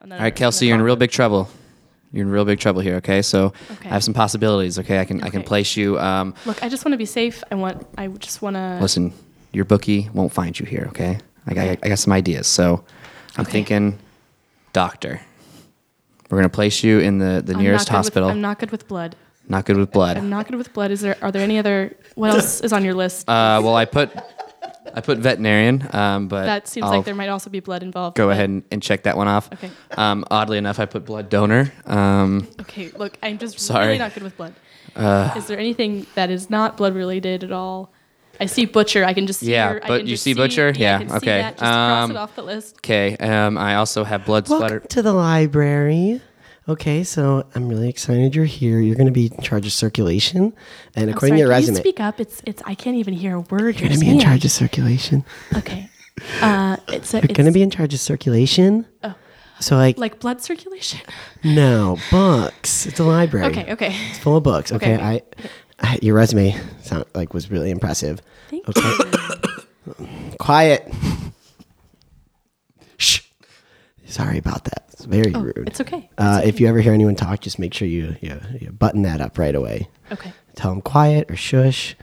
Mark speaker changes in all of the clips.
Speaker 1: And then
Speaker 2: All right, Kelsey, you're in real big trouble. You're in real big trouble here. Okay, so
Speaker 1: Okay.
Speaker 2: I have some possibilities. Okay, I can I can
Speaker 1: Okay.
Speaker 2: place you. Um,
Speaker 1: Look, I just want to be safe. I want. I just want to.
Speaker 2: listen, your bookie won't find you here. Okay, I got I got some ideas. So I'm
Speaker 1: Okay.
Speaker 2: thinking doctor. We're gonna place you in the the nearest hospital.
Speaker 1: I'm not good with blood.
Speaker 2: Not good with blood.
Speaker 1: I'm not good with blood. Is there? Are there any other? What else is on your list?
Speaker 2: Uh, well, I put I put veterinarian, um, but
Speaker 1: that seems
Speaker 2: I'll
Speaker 1: like there might also be blood involved.
Speaker 2: go
Speaker 1: but-
Speaker 2: ahead and, and check that one off.
Speaker 1: Okay.
Speaker 2: Um, oddly enough, I put blood donor. Um,
Speaker 1: Okay. Look, I'm just
Speaker 2: Sorry. Uh,
Speaker 1: really not good with blood. is there anything that is not blood related at all? I see butcher. I can just see
Speaker 2: Yeah,
Speaker 1: her. I
Speaker 2: but
Speaker 1: can
Speaker 2: you
Speaker 1: just
Speaker 2: see butcher?
Speaker 1: yeah, I
Speaker 2: Yeah,
Speaker 1: can see
Speaker 2: okay.
Speaker 1: that. Just cross
Speaker 2: Um,
Speaker 1: it off the list.
Speaker 2: okay. Um, I also have blood splatter.
Speaker 3: Welcome to the library. Okay, so I'm really excited you're here. You're going to be in charge of circulation, and
Speaker 1: I'm
Speaker 3: according to your
Speaker 1: sorry, can
Speaker 3: resume,
Speaker 1: you speak up? It's it's. I can't even hear a word.
Speaker 3: you're going to be in charge of circulation.
Speaker 1: Okay. Uh, it's a,
Speaker 3: You're going to be in charge of circulation.
Speaker 1: Oh.
Speaker 3: So like,
Speaker 1: like blood circulation.
Speaker 3: no books. It's a library.
Speaker 1: Okay. Okay.
Speaker 3: It's full of books. Okay,
Speaker 1: Okay.
Speaker 3: I, I your resume sound like was really impressive.
Speaker 1: Thank
Speaker 3: Okay.
Speaker 1: you.
Speaker 3: Quiet. Shh. Sorry about that. It's very
Speaker 1: Oh,
Speaker 3: rude.
Speaker 1: It's okay.
Speaker 3: uh, if you ever hear anyone talk, just make sure you, you you button that up right away.
Speaker 1: Okay.
Speaker 3: Tell them quiet or shush.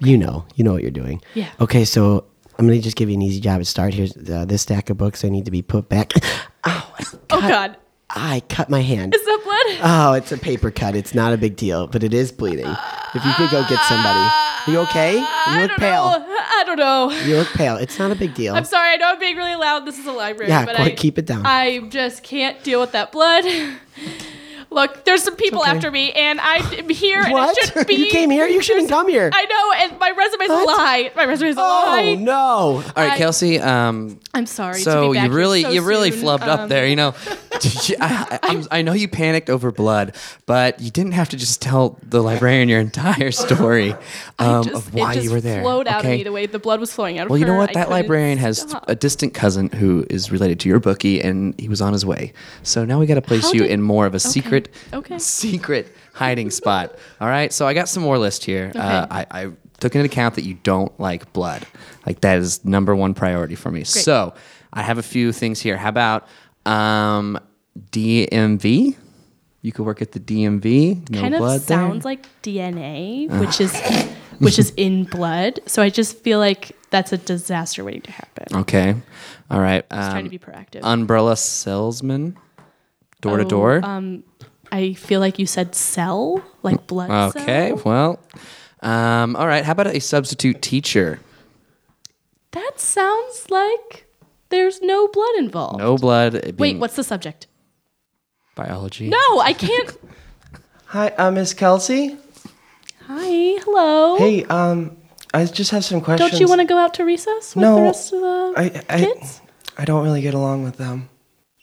Speaker 3: You know, you know what you're doing.
Speaker 1: Yeah.
Speaker 3: Okay, so I'm gonna just give you an easy job to start. Here's uh, this stack of books. I need to be put back. Ow!
Speaker 1: Oh God,
Speaker 3: I cut my hand.
Speaker 1: is that blood?
Speaker 3: Oh, it's a paper cut. It's not a big deal, but it is bleeding. If you could go get somebody. Are you okay? You
Speaker 1: I
Speaker 3: look
Speaker 1: don't
Speaker 3: pale.
Speaker 1: know. I don't know.
Speaker 3: You look pale. It's not a big deal.
Speaker 1: I'm sorry. I know I'm being really loud. This is a library.
Speaker 3: Yeah,
Speaker 1: but
Speaker 3: quite-
Speaker 1: I,
Speaker 3: keep it down.
Speaker 1: I just can't deal with that blood. Look, there's some people
Speaker 3: okay.
Speaker 1: after me, and I'm here.
Speaker 3: What?
Speaker 1: And it shouldn't be.
Speaker 3: You came here? You shouldn't come here.
Speaker 1: I know, and my resume's a
Speaker 3: What?
Speaker 1: lie. My resume's a
Speaker 3: oh
Speaker 1: lie.
Speaker 3: no.
Speaker 2: All right,
Speaker 1: I-
Speaker 2: Kelsey. Um,
Speaker 1: I'm sorry. to
Speaker 2: so
Speaker 1: be back
Speaker 2: you really
Speaker 1: here so
Speaker 2: you really
Speaker 1: soon.
Speaker 2: flubbed
Speaker 1: Um,
Speaker 2: up there. You know, I, I, I'm- I know you panicked over blood, but you didn't have to just tell the librarian your entire story um,
Speaker 1: just-
Speaker 2: of why
Speaker 1: it just
Speaker 2: you were there.
Speaker 1: Flowed out
Speaker 2: okay?
Speaker 1: of me the way the blood was flowing out of
Speaker 2: Well, you know
Speaker 1: her.
Speaker 2: what?
Speaker 1: I
Speaker 2: That
Speaker 1: couldn't
Speaker 2: librarian has
Speaker 1: stop.
Speaker 2: a distant cousin who is related to your bookie, and he was on his way. So now we got to place
Speaker 1: How
Speaker 2: you
Speaker 1: did-
Speaker 2: in more of a secret,
Speaker 1: Okay.
Speaker 2: secret hiding spot. All right. So I got some more list here. Uh, I, I took into account that you don't like blood. Like that is number one priority for me. So I have a few things here. How about um, DMV? You could work at the DMV. No
Speaker 1: kind of
Speaker 2: blood there.
Speaker 1: sounds like DNA, which is which is in blood. So I just feel like that's a disaster waiting to happen.
Speaker 2: Okay. All right. Um,
Speaker 1: trying to be proactive.
Speaker 2: umbrella salesman, door to
Speaker 1: Oh,
Speaker 2: door.
Speaker 1: Um, I feel like you said cell, like blood.
Speaker 2: Okay,
Speaker 1: cell.
Speaker 2: well, um, all right. How about a substitute teacher?
Speaker 1: that sounds like there's no blood involved.
Speaker 2: No blood. it
Speaker 1: Wait,
Speaker 2: being
Speaker 1: what's the subject?
Speaker 2: biology?
Speaker 1: No, I can't.
Speaker 4: Hi, uh, Miss Kelsey.
Speaker 1: Hi, hello.
Speaker 4: Hey, um, I just have some questions.
Speaker 1: Oh. Don't you want to go out to recess with the
Speaker 4: No,
Speaker 1: rest of the
Speaker 4: I, I,
Speaker 1: kids?
Speaker 4: I don't really get along with them.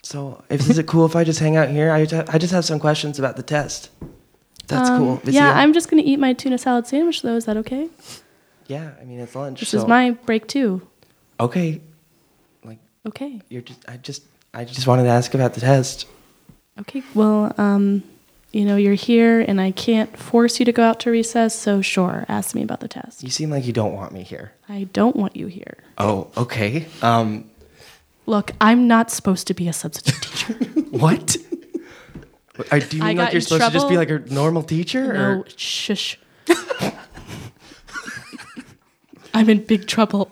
Speaker 4: So, if is it cool if I just hang out here? I, ju- I just have some questions about the test. That's cool. Is
Speaker 1: Um, yeah,
Speaker 4: he-
Speaker 1: I'm just gonna eat my tuna salad sandwich though. Is that okay?
Speaker 4: Yeah, I mean it's lunch.
Speaker 1: This
Speaker 4: so.
Speaker 1: is my break too.
Speaker 4: Okay, like
Speaker 1: Okay.
Speaker 4: you're just. I just. I just wanted to ask about the test.
Speaker 1: Okay. Well, um, you know, you're here and I can't force you to go out to recess, so sure, ask me about the test.
Speaker 4: You seem like you don't want me here.
Speaker 1: I don't want you here.
Speaker 4: Oh, okay. Um,
Speaker 1: Look, I'm not supposed to be a substitute teacher.
Speaker 4: what? Are, do you
Speaker 1: I
Speaker 4: mean
Speaker 1: got
Speaker 4: like
Speaker 1: in
Speaker 4: you're supposed to just be like
Speaker 1: trouble.
Speaker 4: a normal teacher?
Speaker 1: no,
Speaker 4: Or?
Speaker 1: shush. I'm in big trouble.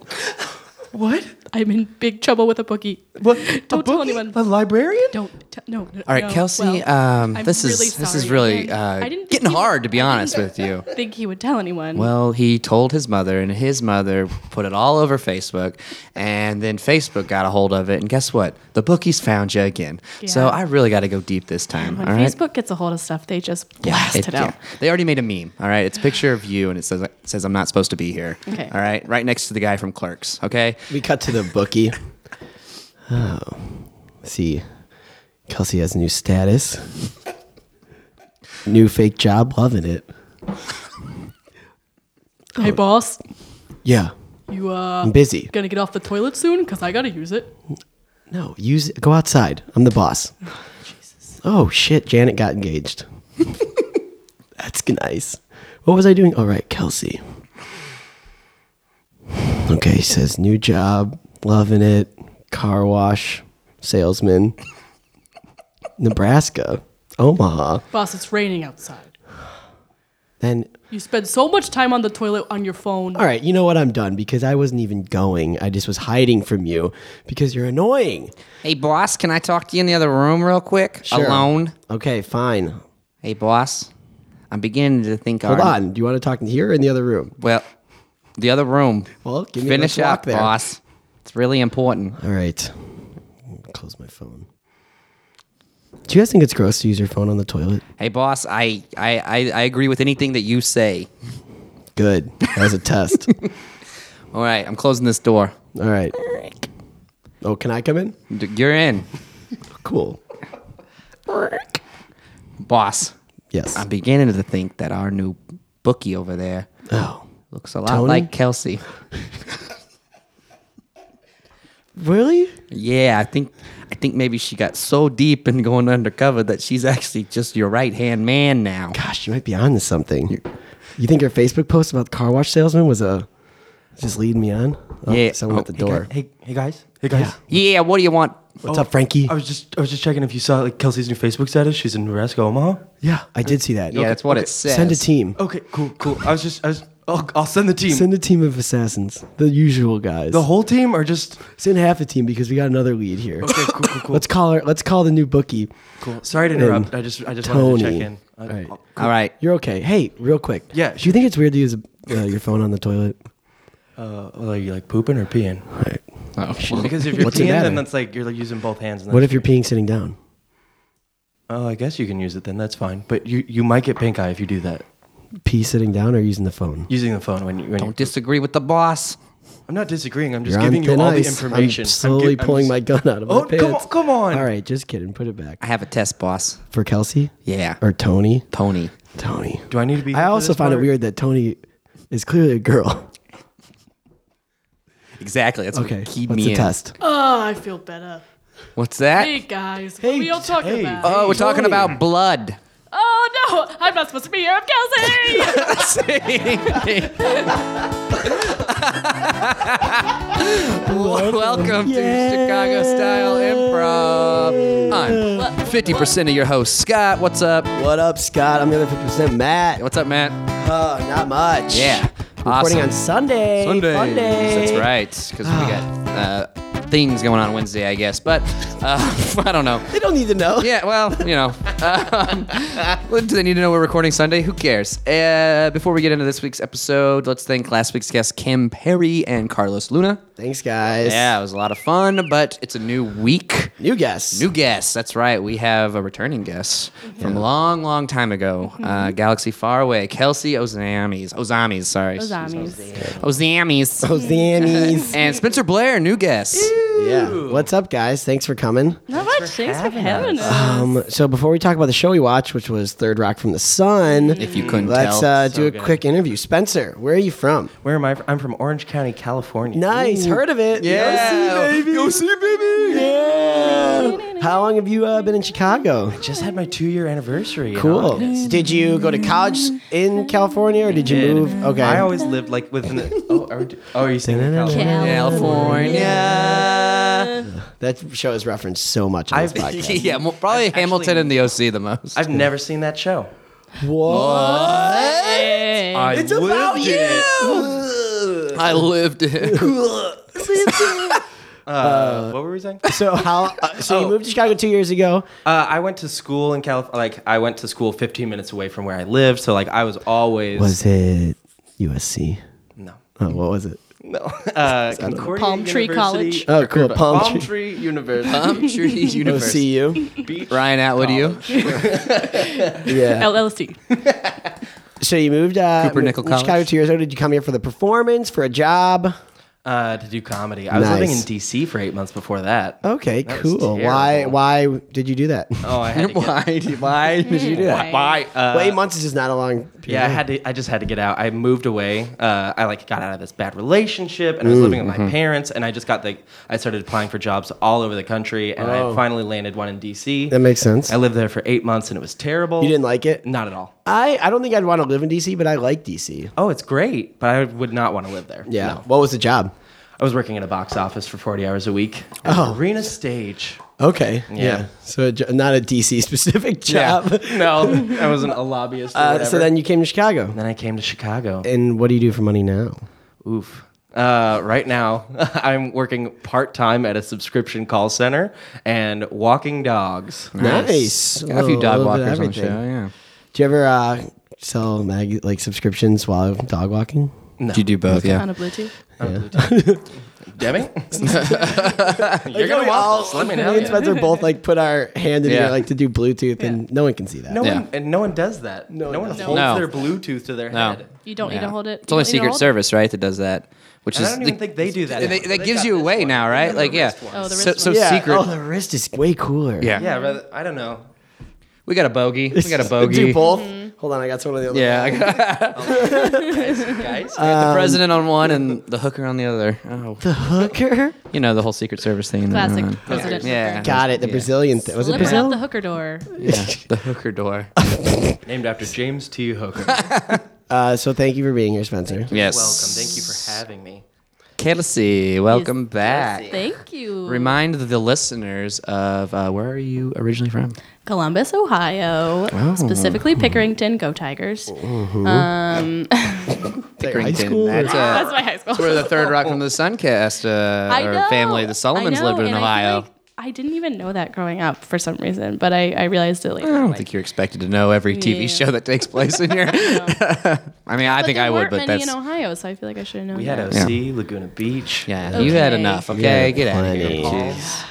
Speaker 4: What?
Speaker 1: I'm in big trouble with a bookie.
Speaker 4: What?
Speaker 1: Don't tell
Speaker 4: a book-
Speaker 1: anyone.
Speaker 4: A librarian?
Speaker 1: Don't t- no, no.
Speaker 2: All right,
Speaker 1: no.
Speaker 2: Kelsey.
Speaker 1: Well,
Speaker 2: um,
Speaker 1: I'm
Speaker 2: this is
Speaker 1: really
Speaker 2: this is
Speaker 1: sorry.
Speaker 2: really
Speaker 1: Again,
Speaker 2: uh,
Speaker 1: I didn't think
Speaker 2: getting
Speaker 1: he would-
Speaker 2: hard to be honest with you.
Speaker 1: Think he would tell anyone?
Speaker 2: Well, he told his mother, and his mother put it all over Facebook, and then Facebook got a hold of it. And guess what? The bookies found you again. So
Speaker 1: Yeah.
Speaker 2: I really got to go deep this time.
Speaker 1: when
Speaker 2: all right?
Speaker 1: Facebook gets a hold of stuff, they just
Speaker 2: Yeah,
Speaker 1: blast it,
Speaker 2: it-
Speaker 1: out.
Speaker 2: yeah. They already made a meme. All right, it's a picture of you, and it says it says I'm not supposed to be here.
Speaker 1: Okay.
Speaker 2: All right, right next to the guy from Clerks. Okay.
Speaker 3: We cut to the bookie. Oh, see, Kelsey has a new status, new fake job, loving it.
Speaker 1: Hey, boss,
Speaker 3: Yeah,
Speaker 1: you uh,
Speaker 3: I'm busy.
Speaker 1: gonna get off the toilet soon? Cause I gotta use it.
Speaker 3: No, use go outside. I'm the boss. Oh shit, Janet got engaged. That's g- nice. What was I doing? All right, Kelsey. Okay, says new job, loving it, car wash, salesman. Nebraska, Omaha.
Speaker 5: Boss, it's raining outside.
Speaker 3: Then,
Speaker 5: You spend so much time on the toilet on your phone.
Speaker 3: all right, you know what? I'm done because I wasn't even going. I just was hiding from you because you're annoying.
Speaker 2: Hey, boss, can I talk to you in the other room real quick?
Speaker 3: Sure.
Speaker 2: Alone?
Speaker 3: Okay, fine.
Speaker 2: Hey, boss, I'm beginning to think.
Speaker 3: Hold
Speaker 2: our-
Speaker 3: on. Do you want to talk here or in the other room?
Speaker 2: Well, the other room.
Speaker 3: Well, give me a
Speaker 2: Finish
Speaker 3: let's walk
Speaker 2: up,
Speaker 3: there.
Speaker 2: boss. It's really important.
Speaker 3: All right. Close my phone. Do you guys think it's gross to use your phone on the toilet?
Speaker 2: Hey, boss, I, I, I, I agree with anything that you say.
Speaker 3: Good. That was a test.
Speaker 2: All right, I'm closing this door.
Speaker 3: All right. Oh, can I come in?
Speaker 2: D- You're in,
Speaker 3: Cool.
Speaker 2: boss.
Speaker 3: Yes.
Speaker 2: I'm beginning to think that our new bookie over there
Speaker 3: oh.
Speaker 2: looks a lot
Speaker 3: Tony?
Speaker 2: like Kelsey.
Speaker 3: Really?
Speaker 2: Yeah, I think I think maybe she got so deep in going undercover that she's actually just your right hand man now.
Speaker 3: Gosh, you might be on to something. You think your Facebook post about the car wash salesman was a just leading me on? Oh,
Speaker 2: Yeah.
Speaker 3: Someone at
Speaker 2: Oh,
Speaker 3: the door.
Speaker 4: Hey, hey guys. Hey guys.
Speaker 2: Yeah, what do you want?
Speaker 3: What's up, Frankie?
Speaker 2: Oh.
Speaker 4: I was just I was just checking if you saw like Kelsey's new Facebook status. She's in Nebraska, Omaha.
Speaker 3: yeah, I did see that.
Speaker 2: Yeah, that's what it says. Oh,
Speaker 3: Send a team.
Speaker 4: Okay, cool, cool. I was just I was I'll, I'll send the team.
Speaker 3: Send a team of assassins. The usual guys.
Speaker 4: the whole team or just
Speaker 3: Send half a team because we got another lead here.
Speaker 4: Okay, cool, cool, cool.
Speaker 3: Let's call her. Let's call the new bookie.
Speaker 4: cool. Sorry to
Speaker 3: And
Speaker 4: interrupt. I just I just wanted to
Speaker 3: Tony.
Speaker 4: check in. Uh, I-
Speaker 3: All right.
Speaker 4: I'll-
Speaker 2: All right.
Speaker 3: You're okay. Hey, real quick.
Speaker 4: Yeah,
Speaker 3: Do you
Speaker 4: sure,
Speaker 3: think it's weird to use uh, your phone on the toilet?
Speaker 4: Uh, well, are you like pooping or peeing?
Speaker 3: All right.
Speaker 4: Because if you're
Speaker 3: What's the
Speaker 4: peeing, then
Speaker 3: matter?
Speaker 4: that's like you're like using both hands. And
Speaker 3: What
Speaker 4: that's
Speaker 3: if you're
Speaker 4: weird.
Speaker 3: peeing sitting down?
Speaker 4: Oh, I guess you can use it then. That's fine. But you you might get pink eye if you do that.
Speaker 3: Pee sitting down or using the phone?
Speaker 4: Using the phone when you when you,
Speaker 2: Don't disagree with the boss.
Speaker 4: I'm not disagreeing. I'm just
Speaker 3: You're on
Speaker 4: giving you
Speaker 3: thin
Speaker 4: all
Speaker 3: ice.
Speaker 4: the information.
Speaker 3: I'm
Speaker 4: gi-
Speaker 3: slowly
Speaker 4: I'm
Speaker 3: pulling
Speaker 4: just-
Speaker 3: my gun out of
Speaker 4: Oh,
Speaker 3: my
Speaker 4: come on-
Speaker 3: pants.
Speaker 4: come on.
Speaker 3: All right, just kidding. Put it
Speaker 2: I
Speaker 3: back
Speaker 2: have a test, boss.
Speaker 3: for Kelsey
Speaker 2: Yeah.
Speaker 3: or Tony.
Speaker 2: Tony.
Speaker 3: Tony.
Speaker 4: Do I need to be?
Speaker 3: I
Speaker 4: here for
Speaker 3: also
Speaker 4: this
Speaker 3: find it
Speaker 4: part?
Speaker 3: weird that Tony is clearly a girl.
Speaker 2: Exactly. That's
Speaker 3: Okay,
Speaker 2: what keyed
Speaker 3: what's
Speaker 2: me
Speaker 3: the
Speaker 2: in.
Speaker 3: test?
Speaker 5: Oh, I feel better.
Speaker 2: What's that?
Speaker 5: Hey guys, what are we all talking
Speaker 4: hey.
Speaker 5: about?
Speaker 2: oh, we're talking about blood.
Speaker 5: oh no, I'm not supposed to be here. I'm Kelsey.
Speaker 2: Welcome to Chicago Style Improv. I'm 50% of your host, Scott. What's up?
Speaker 3: What up, Scott? I'm the other 50% Matt.
Speaker 2: What's up, Matt?
Speaker 3: Oh, not much.
Speaker 2: Yeah.
Speaker 3: Recording
Speaker 2: Awesome.
Speaker 3: on Sunday. Fun day.
Speaker 2: That's right, because we got uh, things going on Wednesday, I guess. But uh, I don't know.
Speaker 3: They don't need to know.
Speaker 2: Yeah, well, you know. Um, what do they need to know we're recording Sunday? Who cares? Uh, before we get into this week's episode, let's thank last week's guests, Kim Perry and Carlos Luna.
Speaker 3: Thanks, guys.
Speaker 2: Yeah, it was a lot of fun, but it's a new week.
Speaker 3: New guest.
Speaker 2: New guest. That's right. We have a returning guest
Speaker 3: Mm-hmm.
Speaker 2: from a long, long time ago. Uh, galaxy far away. Kelsey Ozamis. Ozamis, sorry.
Speaker 1: Ozamis.
Speaker 2: Ozamis.
Speaker 3: Those Zannies.
Speaker 2: And Spencer Blair, new guest.
Speaker 3: yeah. What's up, guys? Thanks for coming.
Speaker 1: Not much. Thanks for having us.
Speaker 3: Um, so before we talk about the show we watched, which was Third Rock from the Sun,
Speaker 2: If you couldn't
Speaker 3: let's
Speaker 2: tell.
Speaker 3: uh, do a quick interview. Spencer, where are you from?
Speaker 4: Where am I? From? I'm from Orange County, California.
Speaker 3: Nice, heard of it?
Speaker 2: Yeah.
Speaker 3: OC baby, OC baby. Yeah. How long have you uh, been in Chicago?
Speaker 4: Just had my two year anniversary. in
Speaker 3: Cool.
Speaker 4: August.
Speaker 3: Did you go to college in California, or did you
Speaker 4: Did.
Speaker 3: move? Okay.
Speaker 4: I always lived like within. The, oh, are, we- oh, are you saying
Speaker 2: California.
Speaker 4: California?
Speaker 3: that show is referenced so much on this
Speaker 4: I've-
Speaker 3: podcast.
Speaker 2: yeah, mo- probably
Speaker 4: I've
Speaker 2: Hamilton
Speaker 4: actually-
Speaker 2: and the OC the most.
Speaker 4: I've never seen that show.
Speaker 3: What?
Speaker 1: Hey.
Speaker 2: it's about you. I lived it.
Speaker 4: Uh, what were we saying?
Speaker 3: So how? Uh, so you moved to Chicago two years ago.
Speaker 4: Uh, I went to school in California. Like I went to school 15 minutes away from where I lived, so like I was always
Speaker 3: Was it USC?
Speaker 4: no,
Speaker 3: Oh, what was it?
Speaker 4: no. Uh, Concordia
Speaker 1: Palm Tree
Speaker 4: University-
Speaker 1: College.
Speaker 3: Oh, cool. Palm,
Speaker 4: Palm
Speaker 3: Tree.
Speaker 4: Tree University.
Speaker 2: I'm sure you
Speaker 3: Oh, see you.
Speaker 4: Beach.
Speaker 2: Ryan Atwood, you?
Speaker 3: Yeah.
Speaker 1: LLC.
Speaker 3: So you moved uh,
Speaker 2: Cooper Nickel
Speaker 3: moved to Chicago
Speaker 2: College.
Speaker 3: two years ago. Did you come here for the performance, for a job?
Speaker 4: Uh, to do comedy. I was
Speaker 3: Nice.
Speaker 4: living in DC for eight months before that.
Speaker 3: Okay,
Speaker 4: That was
Speaker 3: cool. Why?
Speaker 4: terrible.
Speaker 3: Why did you do that?
Speaker 4: Oh, I had to get,
Speaker 2: Why, did- why did you do that?
Speaker 4: why? Uh,
Speaker 3: well, eight months is just not a long. Period.
Speaker 4: Yeah, I had to. I just had to get out. I moved away. Uh, I like got out of this bad relationship, and I was living
Speaker 3: mm-hmm.
Speaker 4: with my parents. And I just got the. I started applying for jobs all over the country, and I finally landed one in DC.
Speaker 3: Oh. That makes sense.
Speaker 4: I lived there for eight months, and it was terrible.
Speaker 3: You didn't like it?
Speaker 4: Not at all.
Speaker 3: I I don't think I'd want to live in DC, but I like DC.
Speaker 4: Oh, it's great, but I would not want to live there.
Speaker 3: Yeah.
Speaker 4: No.
Speaker 3: What was the job?
Speaker 4: I was working at a box office for 40 hours a week. at
Speaker 3: Oh.
Speaker 4: Arena stage.
Speaker 3: Okay. Yeah.
Speaker 4: Yeah.
Speaker 3: So a jo- not a DC specific job.
Speaker 4: no, I wasn't a lobbyist. Or
Speaker 3: Uh,
Speaker 4: whatever.
Speaker 3: so then you came to Chicago.
Speaker 4: then I came to Chicago.
Speaker 3: And what do you do for money now?
Speaker 4: Oof. Uh, right now, I'm working part time at a subscription call center and walking dogs.
Speaker 3: Nice. Oh,
Speaker 2: Got a few dog
Speaker 3: little bit of
Speaker 2: walkers on the show.
Speaker 3: everything.
Speaker 2: Yeah.
Speaker 3: Do you ever uh, sell mag- like subscriptions while dog walking?
Speaker 4: No.
Speaker 2: Do you do both?
Speaker 1: on
Speaker 2: Yeah.
Speaker 1: a Bluetooth.
Speaker 4: Debbie? You're going to walk. this, Let me know.
Speaker 3: and Spencer both like put our hand in
Speaker 2: Yeah.
Speaker 3: here like to do Bluetooth, and no one can see that.
Speaker 4: No
Speaker 2: Yeah.
Speaker 4: one, and no one does that. No, one holds
Speaker 2: No.
Speaker 4: their Bluetooth to their
Speaker 2: No.
Speaker 4: head.
Speaker 1: You don't
Speaker 2: Yeah.
Speaker 1: need to hold it.
Speaker 2: It's only
Speaker 1: You don't need to
Speaker 2: Secret
Speaker 1: hold it?
Speaker 2: Service, right, that does that. Which
Speaker 4: And
Speaker 2: is
Speaker 4: I don't even
Speaker 2: the-
Speaker 4: think they do that.
Speaker 2: and they-
Speaker 4: anymore.
Speaker 2: that
Speaker 4: They've
Speaker 2: gives
Speaker 4: got
Speaker 2: you
Speaker 4: this
Speaker 2: away
Speaker 4: one.
Speaker 2: now,
Speaker 4: And
Speaker 2: right?
Speaker 4: then the
Speaker 2: Like, yeah.
Speaker 4: wrist one.
Speaker 1: Oh, the
Speaker 2: So,
Speaker 1: wrist
Speaker 2: so
Speaker 1: one.
Speaker 3: Yeah.
Speaker 2: secret.
Speaker 3: Oh, the wrist is way cooler.
Speaker 2: yeah.
Speaker 4: Yeah, rather, I don't know.
Speaker 2: we got a bogey. We got a bogey.
Speaker 3: do both. Hold on, I got some of the other.
Speaker 2: Yeah, I got
Speaker 4: Guys,
Speaker 3: Um,
Speaker 2: the president on one and the hooker on the other. Oh,
Speaker 3: The hooker.
Speaker 2: you know the whole Secret Service thing.
Speaker 1: Classic
Speaker 2: Yeah.
Speaker 1: president
Speaker 2: Yeah.
Speaker 1: hooker.
Speaker 3: Got it. The
Speaker 2: Yeah.
Speaker 3: Brazilian thing. Was it
Speaker 1: Slip it out
Speaker 3: Brazil?
Speaker 1: the hooker door.
Speaker 2: Yeah, the hooker door.
Speaker 4: named after James T. Hooker.
Speaker 3: Uh, so thank you for being here, Spencer.
Speaker 2: Yes.
Speaker 4: Welcome. Thank you for having me.
Speaker 2: Kelsey, welcome
Speaker 1: Yes,
Speaker 2: back.
Speaker 1: Thank you.
Speaker 2: Remind the listeners of uh, where are you originally from?
Speaker 1: Columbus, Ohio,
Speaker 2: Oh.
Speaker 1: specifically Pickerington. Go Tigers! Um,
Speaker 3: Like high
Speaker 2: Pickerington.
Speaker 3: school or-
Speaker 2: That's, uh,
Speaker 5: That's my high school.
Speaker 2: where the Third Rock from the Sun cast uh,
Speaker 1: I
Speaker 2: or
Speaker 1: know,
Speaker 2: family, the Solomons,
Speaker 1: I know,
Speaker 2: lived in
Speaker 1: and I feel
Speaker 2: Ohio. I,
Speaker 1: like I didn't even know that growing up for some reason, but I, I realized it later.
Speaker 2: don't
Speaker 1: like,
Speaker 2: think you're expected to know every TV
Speaker 1: Yeah.
Speaker 2: show that takes place in here. I mean, I
Speaker 1: but
Speaker 2: think
Speaker 1: there
Speaker 2: I would,
Speaker 1: weren't
Speaker 2: but
Speaker 1: many
Speaker 2: that's
Speaker 1: in Ohio, so I feel like I should have known.
Speaker 4: We had
Speaker 1: that.
Speaker 4: OC, Laguna Beach.
Speaker 2: yeah. You had enough,
Speaker 1: You
Speaker 2: okay?
Speaker 3: had
Speaker 2: Get out of
Speaker 3: plenty.
Speaker 2: here.
Speaker 4: Falls.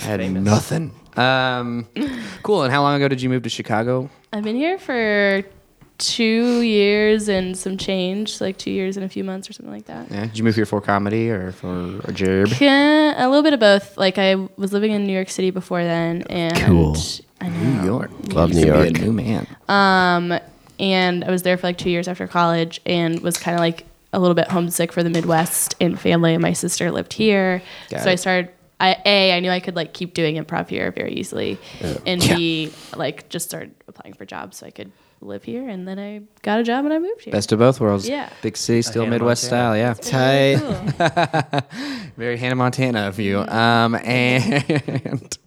Speaker 2: I had nothing. Um, cool. And how long ago did you move to Chicago?
Speaker 1: I've been here for two years and some change, like two years and a few months or something like that.
Speaker 2: Yeah. Did you move here for comedy or for a job?
Speaker 1: Can- A little bit of both. Like I was living in New York City before then, and
Speaker 3: Cool.
Speaker 1: I know.
Speaker 2: New York.
Speaker 3: Love
Speaker 2: You could
Speaker 3: New
Speaker 2: be
Speaker 3: York.
Speaker 2: a new man.
Speaker 1: and I was there for like two years after college and was kind of like a little bit homesick for the Midwest and family. And my sister lived here,
Speaker 2: Got
Speaker 1: so I
Speaker 2: it.
Speaker 1: started. I, a, I knew I could like keep doing improv here very easily, and B, like just started applying for jobs so I could live here. And then I got a job and I moved here.
Speaker 2: Best of both worlds.
Speaker 1: Yeah.
Speaker 2: Big city, still
Speaker 4: Hannah
Speaker 2: Midwest style. Yeah.
Speaker 3: Tight.
Speaker 2: Very Hannah Montana of you. Um, and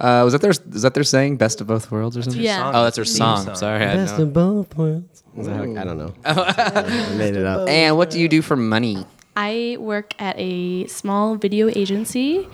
Speaker 2: uh, was that their is that their saying "best of both worlds" or something?
Speaker 1: Yeah. song.
Speaker 2: Oh, that's their
Speaker 4: Theme
Speaker 2: song. Sorry. I
Speaker 3: Best
Speaker 2: had no-
Speaker 3: of both worlds. Is that how- I don't know. I made it up.
Speaker 2: And what do you do for money?
Speaker 1: I work at a small video agency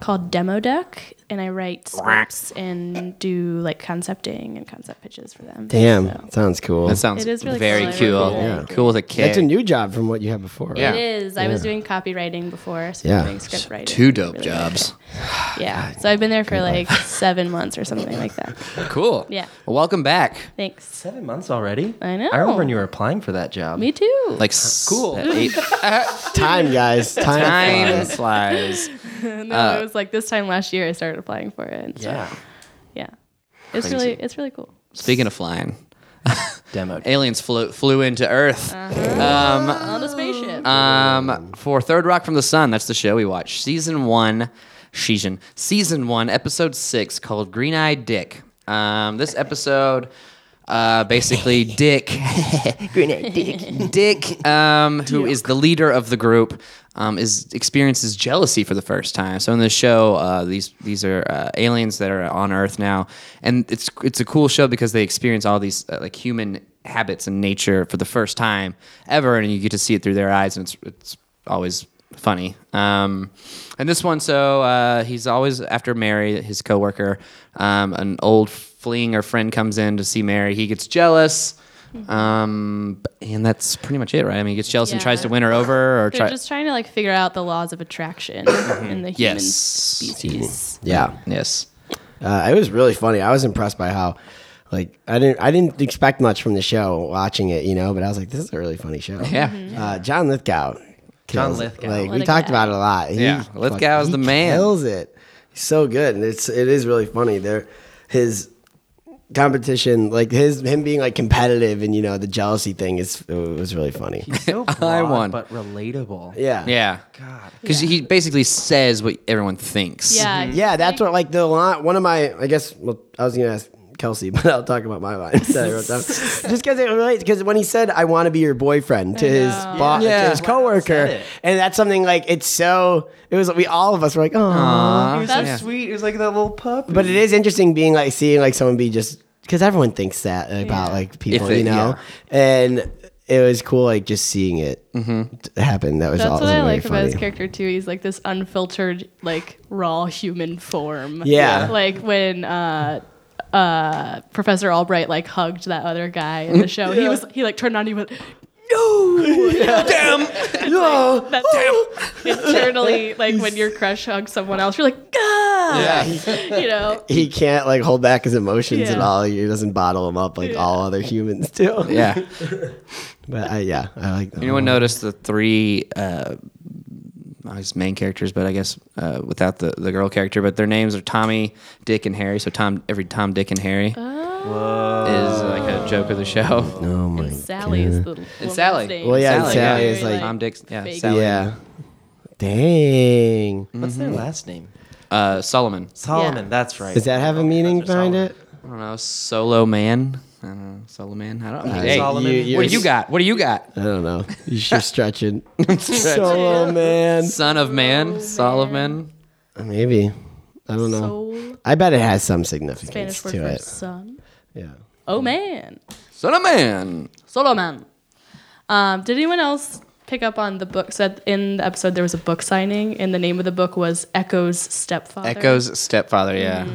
Speaker 1: called Demo Duck, and I write scripts and do like concepting and concept pitches for them.
Speaker 3: Damn,
Speaker 1: So-
Speaker 3: sounds cool.
Speaker 2: That sounds
Speaker 1: It is really
Speaker 2: very
Speaker 1: cool.
Speaker 2: cool.
Speaker 1: I
Speaker 3: really like
Speaker 2: Cool with a kid.
Speaker 3: That's a new job from what you had before. right?
Speaker 2: Yeah.
Speaker 1: It is. I was doing copywriting before, so
Speaker 3: Yeah.
Speaker 1: doing script writing.
Speaker 2: Two dope
Speaker 1: Really
Speaker 2: jobs. Ah,
Speaker 1: good. Yeah. So I've been there for like seven months or something like that.
Speaker 2: Cool.
Speaker 1: Yeah.
Speaker 2: Well, welcome back.
Speaker 1: Thanks.
Speaker 4: Seven months already.
Speaker 1: I know.
Speaker 4: I remember when you were applying for that job.
Speaker 1: Me too.
Speaker 2: Like s-
Speaker 4: Cool.
Speaker 2: Eight
Speaker 3: Time, guys. Time.
Speaker 2: time
Speaker 3: flies.
Speaker 2: slides.
Speaker 1: no,
Speaker 2: uh,
Speaker 1: it was like this time last year I started applying for it. and stuff.
Speaker 4: Yeah.
Speaker 1: yeah. It's really it's really cool.
Speaker 2: Speaking of flying,
Speaker 4: Demo. day.
Speaker 2: aliens flew flew into Earth. Uh,
Speaker 1: On a spaceship.
Speaker 2: Um, for Third Rock from the Sun, that's the show we watch. Season one, season season one, episode six, called Green Eyed Dick. Um, this episode, uh, basically Dick, Green Eyed Dick, Dick, um, who is the leader of the group, um, is experiences jealousy for the first time. So in the show, uh, these these are uh, aliens that are on Earth now, and it's it's a cool show because they experience all these uh, like human habits and nature for the first time ever, and you get to see it through their eyes, and it's it's always funny. Um, and this one, so uh, he's always after Mary, his coworker. Um, an old fleeing or friend comes in to see Mary. He gets jealous. Um, and that's pretty much it, right? I mean, he gets jealous and
Speaker 1: Yeah.
Speaker 2: tries to win her over, or
Speaker 1: They're
Speaker 2: try. Mm-hmm.
Speaker 1: just trying to like figure out the laws of attraction in the human
Speaker 2: Yes.
Speaker 1: species.
Speaker 3: Yeah.
Speaker 2: yes.
Speaker 3: Uh, it was really funny. I was impressed by how, like, I didn't I didn't expect much from the show watching it, you know. But I was like, this is a really funny show.
Speaker 2: Yeah. Mhm.
Speaker 3: Uh, John Lithgow. kills it.
Speaker 4: Lithgow.
Speaker 3: Like
Speaker 1: What
Speaker 3: we
Speaker 1: a
Speaker 3: talked
Speaker 1: guy.
Speaker 3: about it a lot. He
Speaker 2: Yeah.
Speaker 3: fuck-
Speaker 2: Lithgow's
Speaker 3: he
Speaker 2: the man.
Speaker 3: Kills it. He's so good, and it's it is really funny. There, his competition, like his him being like competitive, and you know the jealousy thing is it was really funny.
Speaker 4: So broad,
Speaker 2: I won.
Speaker 4: but relatable.
Speaker 3: Yeah.
Speaker 2: Yeah.
Speaker 4: God.
Speaker 2: Because he basically says what everyone thinks.
Speaker 1: Yeah.
Speaker 3: Yeah, that's what like the lot. One of my, I guess. Well, I was gonna ask Kelsey, but I'll talk about my line. that I wrote down. Just because it relates, because when he said, "I want to be your boyfriend," to his boss,
Speaker 2: Yeah.
Speaker 3: to his coworker,
Speaker 4: Said it.
Speaker 3: and that's something like it's so. It was we all of us were like, "Oh,"
Speaker 2: Aw.
Speaker 4: He was so
Speaker 1: That's-
Speaker 4: sweet. He was like that little pup.
Speaker 3: but it is interesting being like seeing like someone be just because everyone thinks that about
Speaker 1: Yeah.
Speaker 3: like people,
Speaker 2: If it-
Speaker 3: you know, and it was cool like just seeing it t- happen. That was
Speaker 1: Mm-hmm. That's
Speaker 3: also
Speaker 1: what I
Speaker 3: really
Speaker 1: like about his
Speaker 3: funny.
Speaker 1: character too. He's like this unfiltered, like raw human form.
Speaker 3: Yeah.
Speaker 1: Like when uh uh Professor Albright like hugged that other guy in the show. He was he like turned on you went
Speaker 3: No.
Speaker 1: that's
Speaker 3: Oh!
Speaker 1: internally like when your crush hugs someone else, you're like, Gah! you know.
Speaker 3: he can't like hold back his emotions at
Speaker 1: Yeah.
Speaker 3: all. He doesn't bottle them up like all other humans do.
Speaker 2: Yeah.
Speaker 3: But I, yeah, I like. that.
Speaker 2: Anyone notice the three uh, not his main characters, but I guess uh, without the, the girl character, but their names are Tommy, Dick, and Harry. So Tom, every Tom, Dick, and Harry
Speaker 1: Oh,
Speaker 2: is like a joke of the show.
Speaker 3: Oh my.
Speaker 1: Sally is the woman's
Speaker 2: It's Sally.
Speaker 1: name.
Speaker 3: Well, yeah, Sally is
Speaker 1: Very,
Speaker 3: like-
Speaker 2: Tom, Dick, yeah,
Speaker 1: fake.
Speaker 2: Sally.
Speaker 3: Yeah. Dang.
Speaker 4: What's their last name?
Speaker 2: Uh, Solomon.
Speaker 4: Mm-hmm. Solomon.
Speaker 1: Yeah.
Speaker 4: That's right.
Speaker 3: Does that have a meaning behind it?
Speaker 2: I don't know. Solo man. I don't know. Solo man. I don't
Speaker 3: Uh,
Speaker 2: know. Hey,
Speaker 4: Solomon.
Speaker 3: you-
Speaker 2: what do you got? What do you got?
Speaker 3: I don't know. You're stretching. Solo man.
Speaker 2: Son of man. Solomon.
Speaker 3: Maybe. I don't know.
Speaker 1: Soul,
Speaker 3: I bet it has some significance
Speaker 1: Spanish word
Speaker 3: to
Speaker 1: for
Speaker 3: it.
Speaker 1: son.
Speaker 3: Yeah.
Speaker 1: Oh man.
Speaker 2: Son of man.
Speaker 1: Solomon. Um, did anyone else pick up on the book? So at- in the episode, there was a book signing, and the name of the book was Echo's Stepfather.
Speaker 2: Echo's stepfather. Yeah.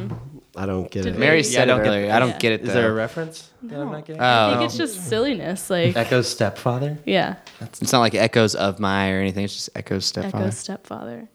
Speaker 3: I don't get
Speaker 1: Did
Speaker 3: it.
Speaker 1: Mary-
Speaker 2: Mary
Speaker 1: Yeah,
Speaker 2: said
Speaker 4: I don't
Speaker 2: it
Speaker 4: get-
Speaker 2: earlier. I don't
Speaker 1: yeah.
Speaker 2: get it.
Speaker 4: Is
Speaker 2: Though.
Speaker 4: there a reference that I'm not getting?
Speaker 3: Uh,
Speaker 1: I
Speaker 2: Oh,
Speaker 1: think it's just silliness. Like,
Speaker 4: Echo's stepfather.
Speaker 1: yeah,
Speaker 2: it's not like echoes of my or anything. It's just echoes stepfather.
Speaker 1: Echo's Stepfather.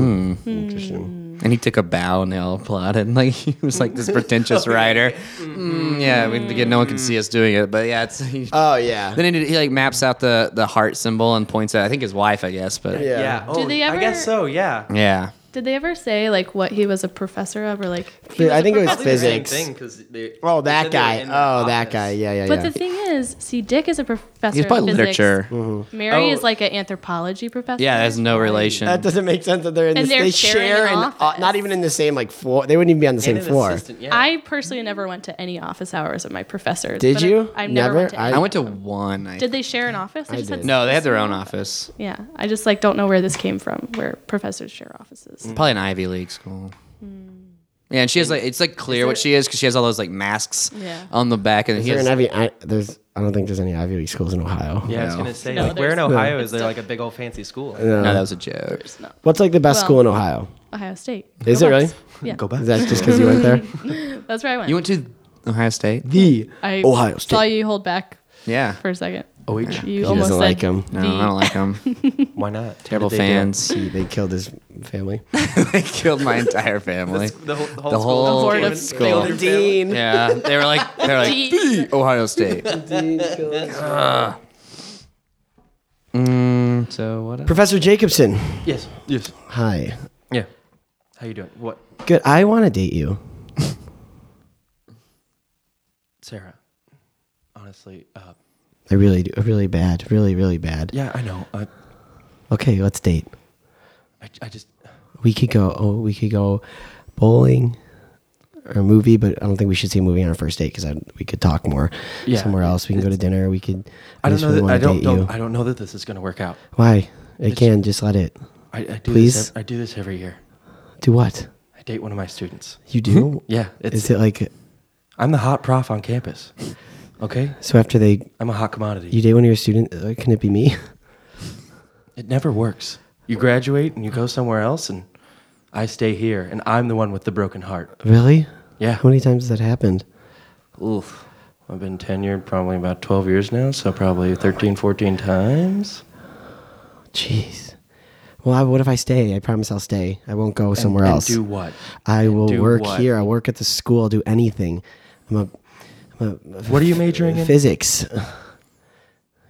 Speaker 3: Interesting.
Speaker 2: And he took a bow and they all applauded. Like he was like this pretentious writer. Mm, yeah, we, again, no one can see us doing it, but yeah, it's. He,
Speaker 3: Oh yeah.
Speaker 2: then he, he like maps out the the heart symbol and points at I think his wife, I guess, but yeah.
Speaker 3: Yeah.
Speaker 4: Yeah.
Speaker 1: Do
Speaker 4: oh,
Speaker 1: they
Speaker 4: I
Speaker 1: ever-
Speaker 4: guess so. Yeah.
Speaker 1: Did they ever say like what he was a professor of, or like? he
Speaker 3: Dude,
Speaker 1: was
Speaker 3: I
Speaker 1: a
Speaker 3: think it was
Speaker 1: professor-
Speaker 4: Probably the same
Speaker 3: Physics.
Speaker 4: thing, 'cause they-
Speaker 3: Oh
Speaker 4: they
Speaker 3: that
Speaker 4: said they were
Speaker 3: guy.
Speaker 4: in
Speaker 3: Oh that
Speaker 4: office.
Speaker 3: guy. Yeah yeah
Speaker 1: But
Speaker 3: yeah.
Speaker 1: the thing is, see, Dick is a professor.
Speaker 2: he's
Speaker 1: of
Speaker 2: probably
Speaker 1: physics.
Speaker 2: literature.
Speaker 1: Mary
Speaker 4: Oh.
Speaker 1: is like an anthropology professor.
Speaker 2: Yeah, there's no relation.
Speaker 3: that doesn't make sense that they're in
Speaker 1: And
Speaker 3: this.
Speaker 1: they're
Speaker 3: they
Speaker 1: sharing
Speaker 3: share
Speaker 1: an
Speaker 3: and
Speaker 1: office.
Speaker 3: not even in the same like floor. They wouldn't even be on the same
Speaker 4: And an
Speaker 3: floor.
Speaker 4: assistant, yeah.
Speaker 1: I personally never went to any office hours of my professors.
Speaker 3: Did
Speaker 1: but I-
Speaker 3: you?
Speaker 1: I, never,
Speaker 3: Never?
Speaker 1: went to.
Speaker 3: I-
Speaker 1: Any.
Speaker 2: I went to one. I,
Speaker 1: Did they share an office?
Speaker 3: I
Speaker 1: just had
Speaker 3: did.
Speaker 2: no, they had their own office.
Speaker 1: Yeah, I just like don't know where this came from. Where professors share offices.
Speaker 2: Probably an Ivy League school. Yeah, and she has like it's like clear what she is because she has all those like masks
Speaker 1: Yeah.
Speaker 2: on the back, and
Speaker 3: Is
Speaker 2: he
Speaker 3: there
Speaker 2: has
Speaker 3: an Ivy? I, there's. I don't think there's any Ivy League schools in Ohio.
Speaker 4: Yeah, I was
Speaker 2: No.
Speaker 4: gonna say,
Speaker 1: No,
Speaker 4: like, where in
Speaker 1: there's-
Speaker 4: Ohio is there like a big old fancy school?
Speaker 2: no, that was a joke.
Speaker 3: What's like the best
Speaker 1: Well-
Speaker 3: school in Ohio?
Speaker 1: Ohio State.
Speaker 3: Is it really?
Speaker 1: Yeah,
Speaker 3: Is that just because you went there?
Speaker 1: that's where I went.
Speaker 2: You went to Ohio State?
Speaker 3: The
Speaker 1: I
Speaker 3: Ohio
Speaker 1: saw
Speaker 3: State.
Speaker 1: you hold back
Speaker 2: Yeah.
Speaker 1: for a second.
Speaker 4: Oh,
Speaker 1: You
Speaker 3: doesn't
Speaker 1: almost said
Speaker 3: like 'em.
Speaker 2: No, I don't like them.
Speaker 4: why not?
Speaker 2: Terrible
Speaker 3: They do.
Speaker 2: fans.
Speaker 3: Gee, They killed his family.
Speaker 2: they killed my entire family.
Speaker 4: The whole, the whole,
Speaker 2: The
Speaker 4: school.
Speaker 2: whole
Speaker 1: Board of
Speaker 4: Even-
Speaker 2: school.
Speaker 4: the older family.
Speaker 2: Yeah, they were like they were like the Ohio State. Ugh. Mm, so what? Else?
Speaker 3: Professor Jacobson.
Speaker 4: Yes. Yes.
Speaker 3: Hi.
Speaker 4: Yeah. How you doing? What,
Speaker 3: Good. I want to date you.
Speaker 4: Sarah? Honestly, uh,
Speaker 3: I really do. Really bad. Really, really bad.
Speaker 4: yeah, I know. Uh, I,
Speaker 3: Okay, let's date.
Speaker 4: I, I just,
Speaker 3: We could go. Oh, we could go bowling or a movie, but I don't think we should see a movie on our first date because we could talk more
Speaker 4: Yeah,
Speaker 3: somewhere else. We can go to dinner. We could.
Speaker 4: I don't
Speaker 3: just
Speaker 4: know. That,
Speaker 3: wanna
Speaker 4: I don't,
Speaker 3: date
Speaker 4: know
Speaker 3: you.
Speaker 4: I don't know that this is gonna work out.
Speaker 3: Why? It can. Just let it.
Speaker 4: I, I do
Speaker 3: Please?
Speaker 4: This, ev- I do this every year.
Speaker 3: Do what?
Speaker 4: I date one of my students.
Speaker 3: You do?
Speaker 4: Yeah. It's,
Speaker 3: Is it like
Speaker 4: I'm the hot prof on campus. Okay.
Speaker 3: so? After they,
Speaker 4: I'm a hot commodity.
Speaker 3: you date one of your students. Uh, can it be me?
Speaker 4: It never works. You graduate and you go somewhere else, and I stay here, and I'm the one with the broken heart.
Speaker 3: Really?
Speaker 4: Yeah.
Speaker 3: How many times has that happened?
Speaker 4: Oof. I've been tenured probably about 12 years now, so probably 13, 14 times.
Speaker 3: Jeez. Well, I, what if I stay? I promise I'll stay. I won't go somewhere
Speaker 4: and
Speaker 3: else.
Speaker 4: do what?
Speaker 3: I will
Speaker 4: do
Speaker 3: work
Speaker 4: what?
Speaker 3: here. I'll work at the school. I'll do anything. I'm a, I'm a
Speaker 4: What are you majoring in?
Speaker 3: physics.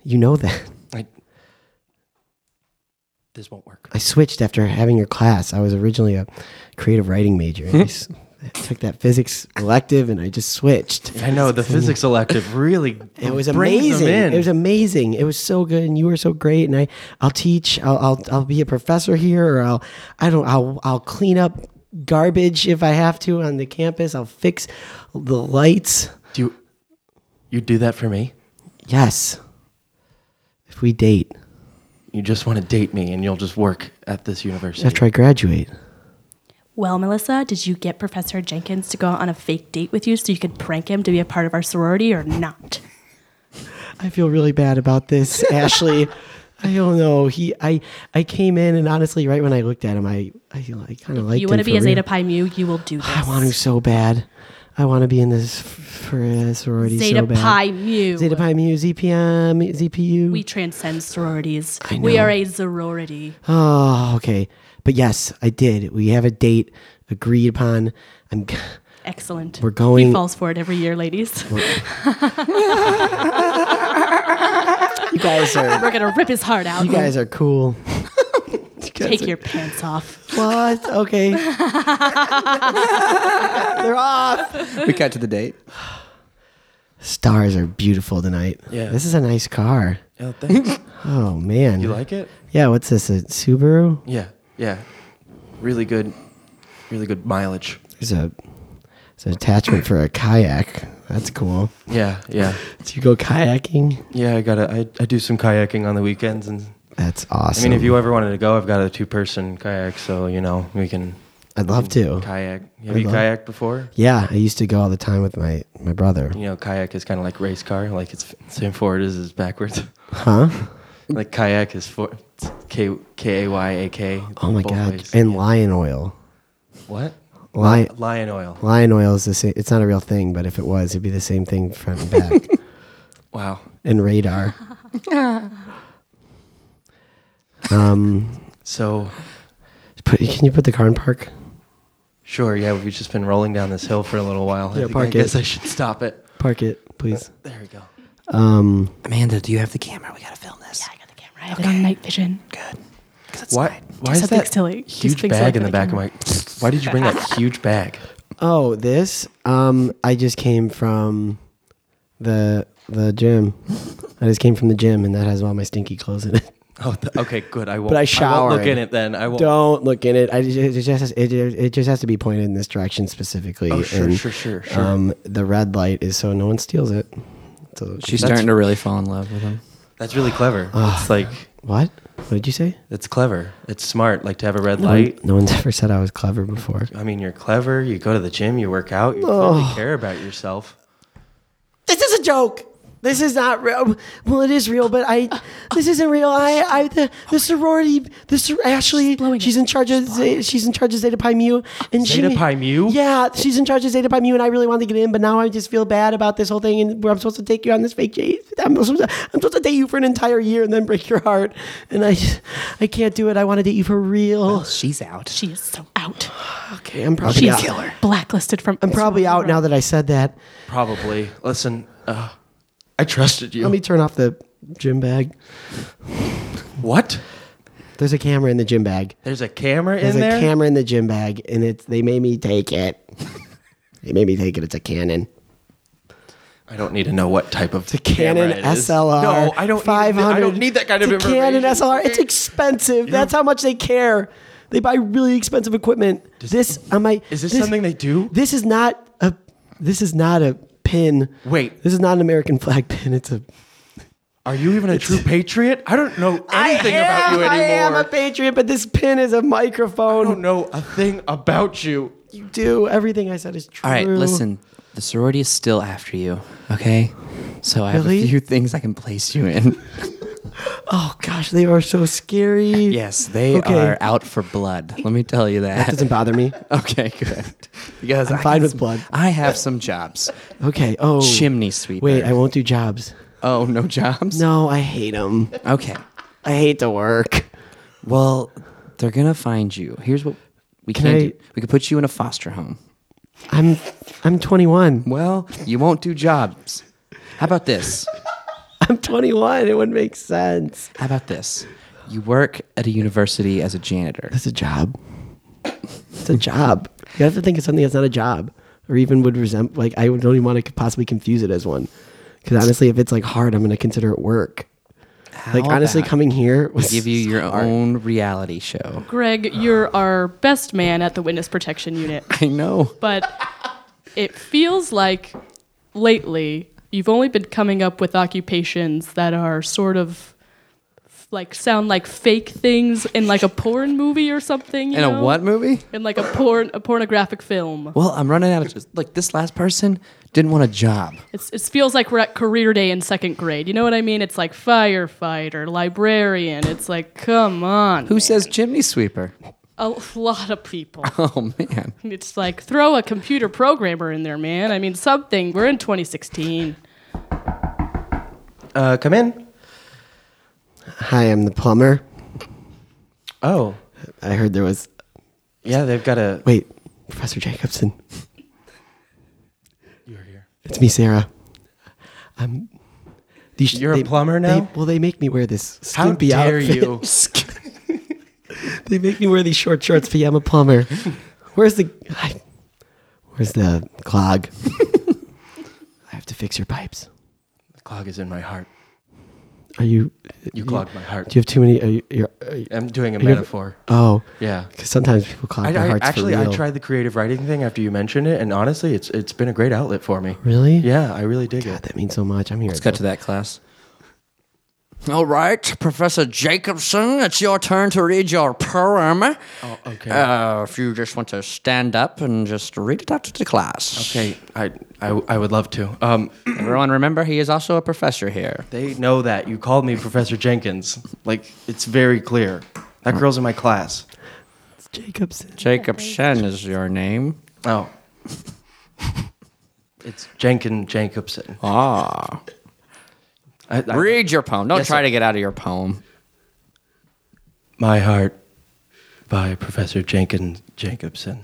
Speaker 3: You know that.
Speaker 4: I, this won't work.
Speaker 3: I switched after having your class. I was originally a creative writing major.
Speaker 4: Hmm.
Speaker 3: And I s- I took that physics elective and I just switched.
Speaker 4: I know the physics elective really.
Speaker 3: It was
Speaker 4: brings them
Speaker 3: amazing.
Speaker 4: in.
Speaker 3: It was amazing. It was so good, and you were so great. And I, I'll teach. I'll, I'll, I'll be a professor here, or I'll, I don't, I'll, I'll clean up garbage if I have to on the campus. I'll fix the lights.
Speaker 4: Do you, you do that for me?
Speaker 3: Yes. If we date
Speaker 4: You just want to date me and you'll just work at this university.
Speaker 3: after I graduate.
Speaker 1: Well, Melissa, did you get Professor Jenkins to go on a fake date with you so you could prank him to be a part of our sorority or not?
Speaker 3: I feel really bad about this, Ashley. I don't know. He, I, I came in and honestly, right when I looked at him, I, I, I kind of liked.
Speaker 1: you want to
Speaker 3: him
Speaker 1: be
Speaker 3: for
Speaker 1: a
Speaker 3: real.
Speaker 1: Zeta Pi Mu, you will do this.
Speaker 3: I want to so bad. I want to be in this f- for a sorority
Speaker 1: Zeta
Speaker 3: so bad.
Speaker 1: Pi Mu.
Speaker 3: Zeta Pi Mu, ZPM, ZPU.
Speaker 1: we transcend sororities. We are a sorority.
Speaker 3: oh, okay. But yes, I did. We have a date agreed upon. I'm. g-
Speaker 1: Excellent.
Speaker 3: We're going-
Speaker 1: He falls for it every year, ladies.
Speaker 3: You guys are.
Speaker 1: We're gonna rip his heart out.
Speaker 3: You guys are cool.
Speaker 1: take your pants off.
Speaker 3: What? Okay. They're off.
Speaker 2: we cut to the date.
Speaker 3: Stars are beautiful tonight.
Speaker 4: Yeah.
Speaker 3: This is a nice car.
Speaker 4: Oh, thanks.
Speaker 3: Oh man.
Speaker 4: you like it?
Speaker 3: Yeah. What's this? A Subaru?
Speaker 4: Yeah, yeah. Really good, really good mileage.
Speaker 3: There's a. It's an attachment for a kayak. That's cool.
Speaker 4: Yeah, yeah,
Speaker 3: Do you go kayaking?
Speaker 4: yeah. I gotta. I, I do some kayaking on the weekends, and
Speaker 3: That's
Speaker 4: I
Speaker 3: awesome.
Speaker 4: mean, if you ever wanted to go, I've got a two-person kayak, so you know we can
Speaker 3: I'd love to.
Speaker 4: kayak. Have
Speaker 3: I'd
Speaker 4: you
Speaker 3: love-
Speaker 4: kayaked before?
Speaker 3: yeah, I used to go all the time with my my brother.
Speaker 4: You know, kayak is kind of like race car. Like it's same forward as is backwards.
Speaker 3: Huh?
Speaker 4: like kayak is for it's K K A Y A K.
Speaker 3: Oh my
Speaker 4: both
Speaker 3: god!
Speaker 4: ways.
Speaker 3: And lion oil.
Speaker 4: what?
Speaker 3: Lion
Speaker 4: Lion oil.
Speaker 3: lion oil is the same. It's not a real thing, but if it was, it'd be the same thing front and back.
Speaker 4: Wow.
Speaker 3: and radar. um,
Speaker 4: So
Speaker 3: put, can you put the car in park?
Speaker 4: sure, yeah, we've just been rolling down this hill for a little while. I,
Speaker 3: Yeah,
Speaker 4: think- I
Speaker 3: park
Speaker 4: guess
Speaker 3: it.
Speaker 4: I should stop it.
Speaker 3: Park it, please.
Speaker 4: There we go.
Speaker 3: Um,
Speaker 2: Amanda, do you have the camera? We gotta film this.
Speaker 1: Yeah, I got the camera. I have it on night vision.
Speaker 2: Good. 'Cause it's
Speaker 4: Why?
Speaker 2: night.
Speaker 4: Why
Speaker 1: Do
Speaker 4: is
Speaker 1: something
Speaker 4: that
Speaker 1: silly. Do
Speaker 4: huge
Speaker 1: something silly
Speaker 4: bag
Speaker 1: for
Speaker 4: in the
Speaker 1: the
Speaker 4: back of my? Why did you bring that huge bag?
Speaker 3: Oh, this. Um, I just came from the the gym. I just came from the gym, and that has all my stinky clothes in it.
Speaker 4: Oh, th- okay, good. I won't.
Speaker 3: I
Speaker 4: I won't
Speaker 3: showered.
Speaker 4: look in it then. I won't.
Speaker 3: Don't look in it. I just, it just has, it, it just has to be pointed in this direction specifically.
Speaker 4: Oh, sure,
Speaker 3: and,
Speaker 4: sure, sure, sure.
Speaker 3: Um, the red light is so no one steals it. So
Speaker 2: She's
Speaker 4: That's-
Speaker 2: starting to really fall in love with him.
Speaker 4: That's really clever. it's like
Speaker 3: what? What did you say?
Speaker 4: it's clever. It's smart. Like to have a red light.
Speaker 3: No one's ever said I was clever before.
Speaker 4: I mean, you're clever. You go to the gym. You work out. You clearly care about yourself.
Speaker 3: This is a joke. This is not real. Well, it is real, but I. This isn't real. I. I. The, the sorority. The sor- Ashley. She's, in charge of. Ze- she's in charge of Zeta Pi Mu. And
Speaker 4: Zeta
Speaker 3: she,
Speaker 4: Pi Mu?
Speaker 3: Yeah, she's in charge of Zeta Pi Mu, and I really wanted to get in, but now I just feel bad about this whole thing, and where I'm supposed to take you on this fake date. I'm supposed, to, I'm supposed to date you for an entire year and then break your heart, and I. just- I can't do it. I want to date you for real.
Speaker 2: She's out.
Speaker 1: She is so out.
Speaker 3: Okay, I'm probably
Speaker 1: She's
Speaker 3: out.
Speaker 1: blacklisted from.
Speaker 3: I'm probably out now that I said that.
Speaker 4: Probably. Listen, uh, I trusted you.
Speaker 3: Let me turn off the gym bag.
Speaker 4: what?
Speaker 3: There's a camera in the gym bag.
Speaker 4: There's a camera
Speaker 3: There's
Speaker 4: in
Speaker 3: a
Speaker 4: there.
Speaker 3: camera in the gym bag, and it's they made me take it. they made me take it. It's a Canon.
Speaker 4: I don't need to know what type of
Speaker 3: The Canon
Speaker 4: camera it is.
Speaker 3: SLR.
Speaker 4: No, I don't.
Speaker 3: 500.
Speaker 4: Need, I don't need that kind
Speaker 3: it's
Speaker 4: of
Speaker 3: a Canon
Speaker 4: information.
Speaker 3: SLR. It's expensive. That's how much they care. They buy really expensive equipment. this on my
Speaker 4: Is this something they do?
Speaker 3: This is not a. This is not a pin.
Speaker 4: Wait.
Speaker 3: This is not an American flag pin. It's a.
Speaker 4: Are you even a true patriot? I don't know anything
Speaker 3: I am-
Speaker 4: about you anymore. Oh,
Speaker 3: I am a patriot, but this pin is a
Speaker 4: I
Speaker 3: microphone.
Speaker 4: don't know a thing about you.
Speaker 3: You do everything I said is true.
Speaker 2: All right, listen. The sorority is still after you, okay? So I have
Speaker 3: Really?
Speaker 2: a few things I can place you in.
Speaker 3: Oh gosh, they are so scary.
Speaker 2: yes, they
Speaker 3: Okay.
Speaker 2: are out for blood. Let me tell you that.
Speaker 3: That doesn't bother me.
Speaker 2: okay, good. Because I'm
Speaker 3: fine with blood.
Speaker 2: I have some jobs.
Speaker 3: Okay. Oh,
Speaker 2: Chimney sweeper.
Speaker 3: Wait, I won't do jobs.
Speaker 2: Oh, no jobs?
Speaker 3: No, I hate them.
Speaker 2: Okay.
Speaker 3: I hate to work.
Speaker 2: Well, they're gonna find you. Here's what we can,
Speaker 3: Can I-
Speaker 2: do. We could put you in a foster home.
Speaker 3: I'm I'm 21.
Speaker 2: Well, you won't do jobs. How about this?
Speaker 3: I'm 21. It wouldn't make sense.
Speaker 2: How about this? You work at a university as a janitor.
Speaker 3: That's a job. It's a job. You have to think of something that's not a job, or even would resent. Like I don't even want to possibly confuse it as one. Because honestly, if it's like hard, I'm going to consider it work. like honestly,
Speaker 2: about
Speaker 3: coming here was
Speaker 2: Give you your own reality show.
Speaker 5: Greg, you're our best man at the witness protection unit,
Speaker 2: I know.
Speaker 5: but it feels like lately you've only been coming up with occupations that are sort of like sound like fake things in like a porn movie or something. You
Speaker 2: In a
Speaker 5: know?
Speaker 2: what movie?
Speaker 5: In like a porn a pornographic film.
Speaker 2: Well, I'm running out of like this last person didn't want a job.
Speaker 5: It's, it feels like we're at career day in second grade. You know what I mean? It's like firefighter, librarian. It's like, come on.
Speaker 2: Who says chimney sweeper?
Speaker 5: A lot of people.
Speaker 2: Oh man.
Speaker 5: It's like throw a computer programmer in there, man. I mean, something. We're in 2016.
Speaker 4: Uh, come in.
Speaker 3: Hi, I'm the plumber.
Speaker 4: Oh,
Speaker 3: I heard there was
Speaker 4: yeah, they've got a.
Speaker 3: wait, Professor Jacobson.
Speaker 4: You're here.
Speaker 3: It's me, Sarah. I'm. these-
Speaker 4: You're a plumber now?
Speaker 3: they- well, they make me wear this
Speaker 4: How
Speaker 3: skimpy
Speaker 4: dare
Speaker 3: outfit.
Speaker 4: you?
Speaker 3: They make me wear these short shorts, but yeah, I'm a plumber. Where's the I, Where's the clog? I have to fix your pipes.
Speaker 4: The clog is in my heart.
Speaker 3: Are you?
Speaker 4: You clogged my heart.
Speaker 3: Do you have too many? Are you? You're, are you
Speaker 4: I'm doing a
Speaker 3: you-
Speaker 4: metaphor.
Speaker 3: oh,
Speaker 4: Yeah.
Speaker 3: Because sometimes people clog
Speaker 4: I,
Speaker 3: their
Speaker 4: I,
Speaker 3: hearts
Speaker 4: actually,
Speaker 3: for
Speaker 4: I
Speaker 3: real.
Speaker 4: tried the creative writing thing after you mentioned it, and honestly, it's it's been a great outlet for me.
Speaker 3: Really?
Speaker 4: Yeah, I really dig
Speaker 3: God,
Speaker 4: it.
Speaker 3: that means so much. I'm here.
Speaker 2: Let's cut to that class. All right, Professor Jacobson, it's your turn to read your poem.
Speaker 4: Oh, okay.
Speaker 2: Uh, if you just want to stand up and just read it out to the class.
Speaker 4: okay. I, I I would love to. Um,
Speaker 2: Everyone remember, he is also a professor here.
Speaker 4: they know that you called me Professor Jenkins. Like it's very clear. That girl's in my class.
Speaker 3: It's Jacobson.
Speaker 2: Jacobson is your name.
Speaker 4: Oh. It's Jenkin Jacobson.
Speaker 2: Ah.
Speaker 4: I, I-
Speaker 2: Read your poem. Don't
Speaker 4: Yes,
Speaker 2: try
Speaker 4: sir.
Speaker 2: to get out of your poem.
Speaker 4: My Heart by Professor Jenkin Jacobson.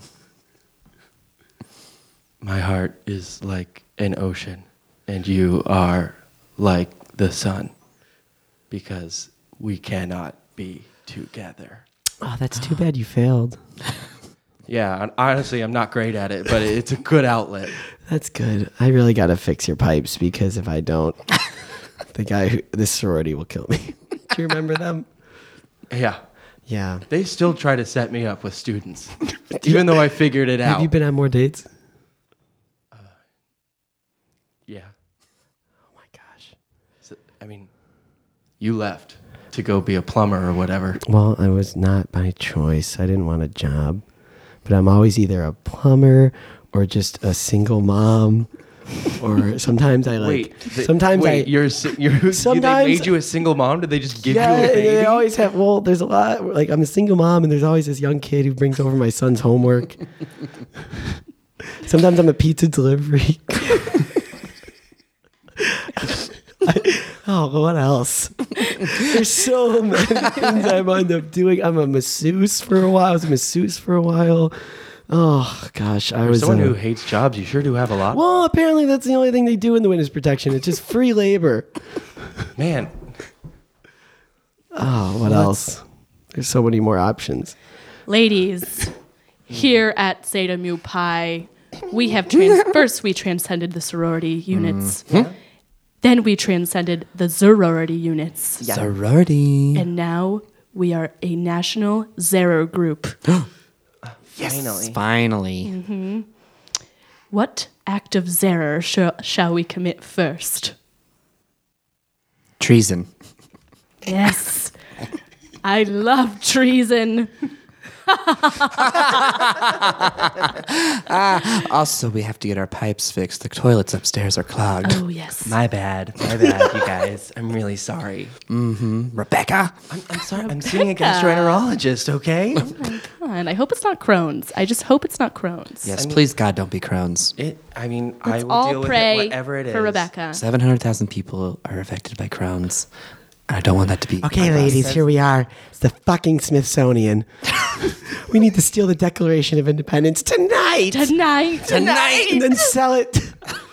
Speaker 4: My heart is like an ocean, and you are like the sun, because we cannot be together.
Speaker 3: Oh, that's too bad you failed.
Speaker 4: Yeah, hon- honestly, I'm not great at it, but it's a good outlet.
Speaker 3: That's good. I really gotta fix your pipes because if I don't, the guy who this sorority will kill me. Do you remember them?
Speaker 4: Yeah.
Speaker 3: Yeah.
Speaker 4: They still try to set me up with students, even though I figured it out.
Speaker 3: Have you been on more dates?
Speaker 4: yeah.
Speaker 3: Oh my gosh.
Speaker 4: So, I mean, you left to go be a plumber or whatever.
Speaker 3: Well, I was not by choice. I didn't want a job, but I'm always either a plumber or just a single mom, or sometimes I like.
Speaker 4: th-
Speaker 3: sometimes
Speaker 4: wait,
Speaker 3: I.
Speaker 4: you're si- you're sometimes
Speaker 3: Sometimes-
Speaker 4: they made you a single mom. Did they just give
Speaker 3: yeah,
Speaker 4: you a
Speaker 3: and
Speaker 4: baby?
Speaker 3: they always have. Well, there's a lot. Like I'm a single mom, and there's always this young kid who brings over my son's homework. Sometimes I'm a pizza delivery. I- oh, what else? There's so many things I wind up doing. I'm a masseuse for a while. I was a masseuse for a while. Oh gosh, I
Speaker 4: For
Speaker 3: was
Speaker 4: someone
Speaker 3: uh,
Speaker 4: who hates jobs, you sure do have a lot.
Speaker 3: Well, apparently that's the only thing they do in the witness protection. It's just free labor.
Speaker 4: Man,
Speaker 3: Oh, what else? There's so many more options.
Speaker 5: Ladies, here at Zeta Mu Pi, we have trans- first we transcended the sorority units. Then we transcended the sorority units.
Speaker 2: Sorority.
Speaker 5: And now we are a national Zero group.
Speaker 4: finally.
Speaker 2: Finally.
Speaker 3: Mm-hmm.
Speaker 5: What act of Zero sh- shall we commit first?
Speaker 2: Treason.
Speaker 5: Yes. I love treason.
Speaker 2: Also, we have to get our pipes fixed. The toilets upstairs are clogged.
Speaker 5: Oh, yes.
Speaker 4: My bad, my bad, you guys. I'm really sorry.
Speaker 2: Rebecca.
Speaker 4: I'm, I'm sorry. I'm seeing a gastroenterologist. Okay.
Speaker 5: And I hope it's not Crohn's. I just hope it's not Crohn's.
Speaker 2: Yes, please, God, don't be Crohn's.
Speaker 4: It. I mean, I will
Speaker 5: All
Speaker 4: deal with
Speaker 5: pray
Speaker 4: it, whatever it is.
Speaker 5: for Rebecca.
Speaker 2: 700,000 people are affected by Crohn's. I don't want that to be.
Speaker 3: Okay, ladies, here we are. It's the fucking Smithsonian. we need to steal the Declaration of Independence tonight,
Speaker 5: Tonight.
Speaker 3: and then sell it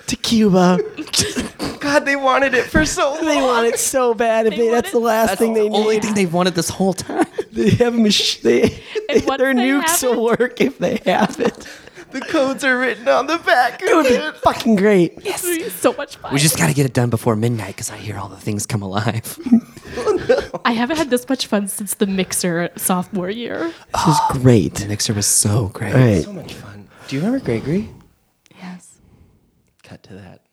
Speaker 3: to Cuba.
Speaker 4: God, they wanted it for so long.
Speaker 3: They want it so bad. If they
Speaker 5: want
Speaker 3: that's
Speaker 5: it-
Speaker 3: the last thing they
Speaker 2: Only
Speaker 3: need.
Speaker 2: thing they've wanted this whole time.
Speaker 3: They have a mach- they,
Speaker 5: And once
Speaker 3: their
Speaker 5: they
Speaker 3: nukes
Speaker 5: have
Speaker 3: will work if they have it.
Speaker 4: The codes are written on the back.
Speaker 3: It would be fucking great.
Speaker 5: Yes. So much fun.
Speaker 2: We just got to get it done before midnight because I hear all the things come alive.
Speaker 1: I haven't had this much fun since the mixer sophomore year.
Speaker 3: This is great.
Speaker 2: Mixer was so great.
Speaker 3: All right.
Speaker 4: So much fun. Do you remember Gregory?
Speaker 1: Yes.
Speaker 4: Cut to that.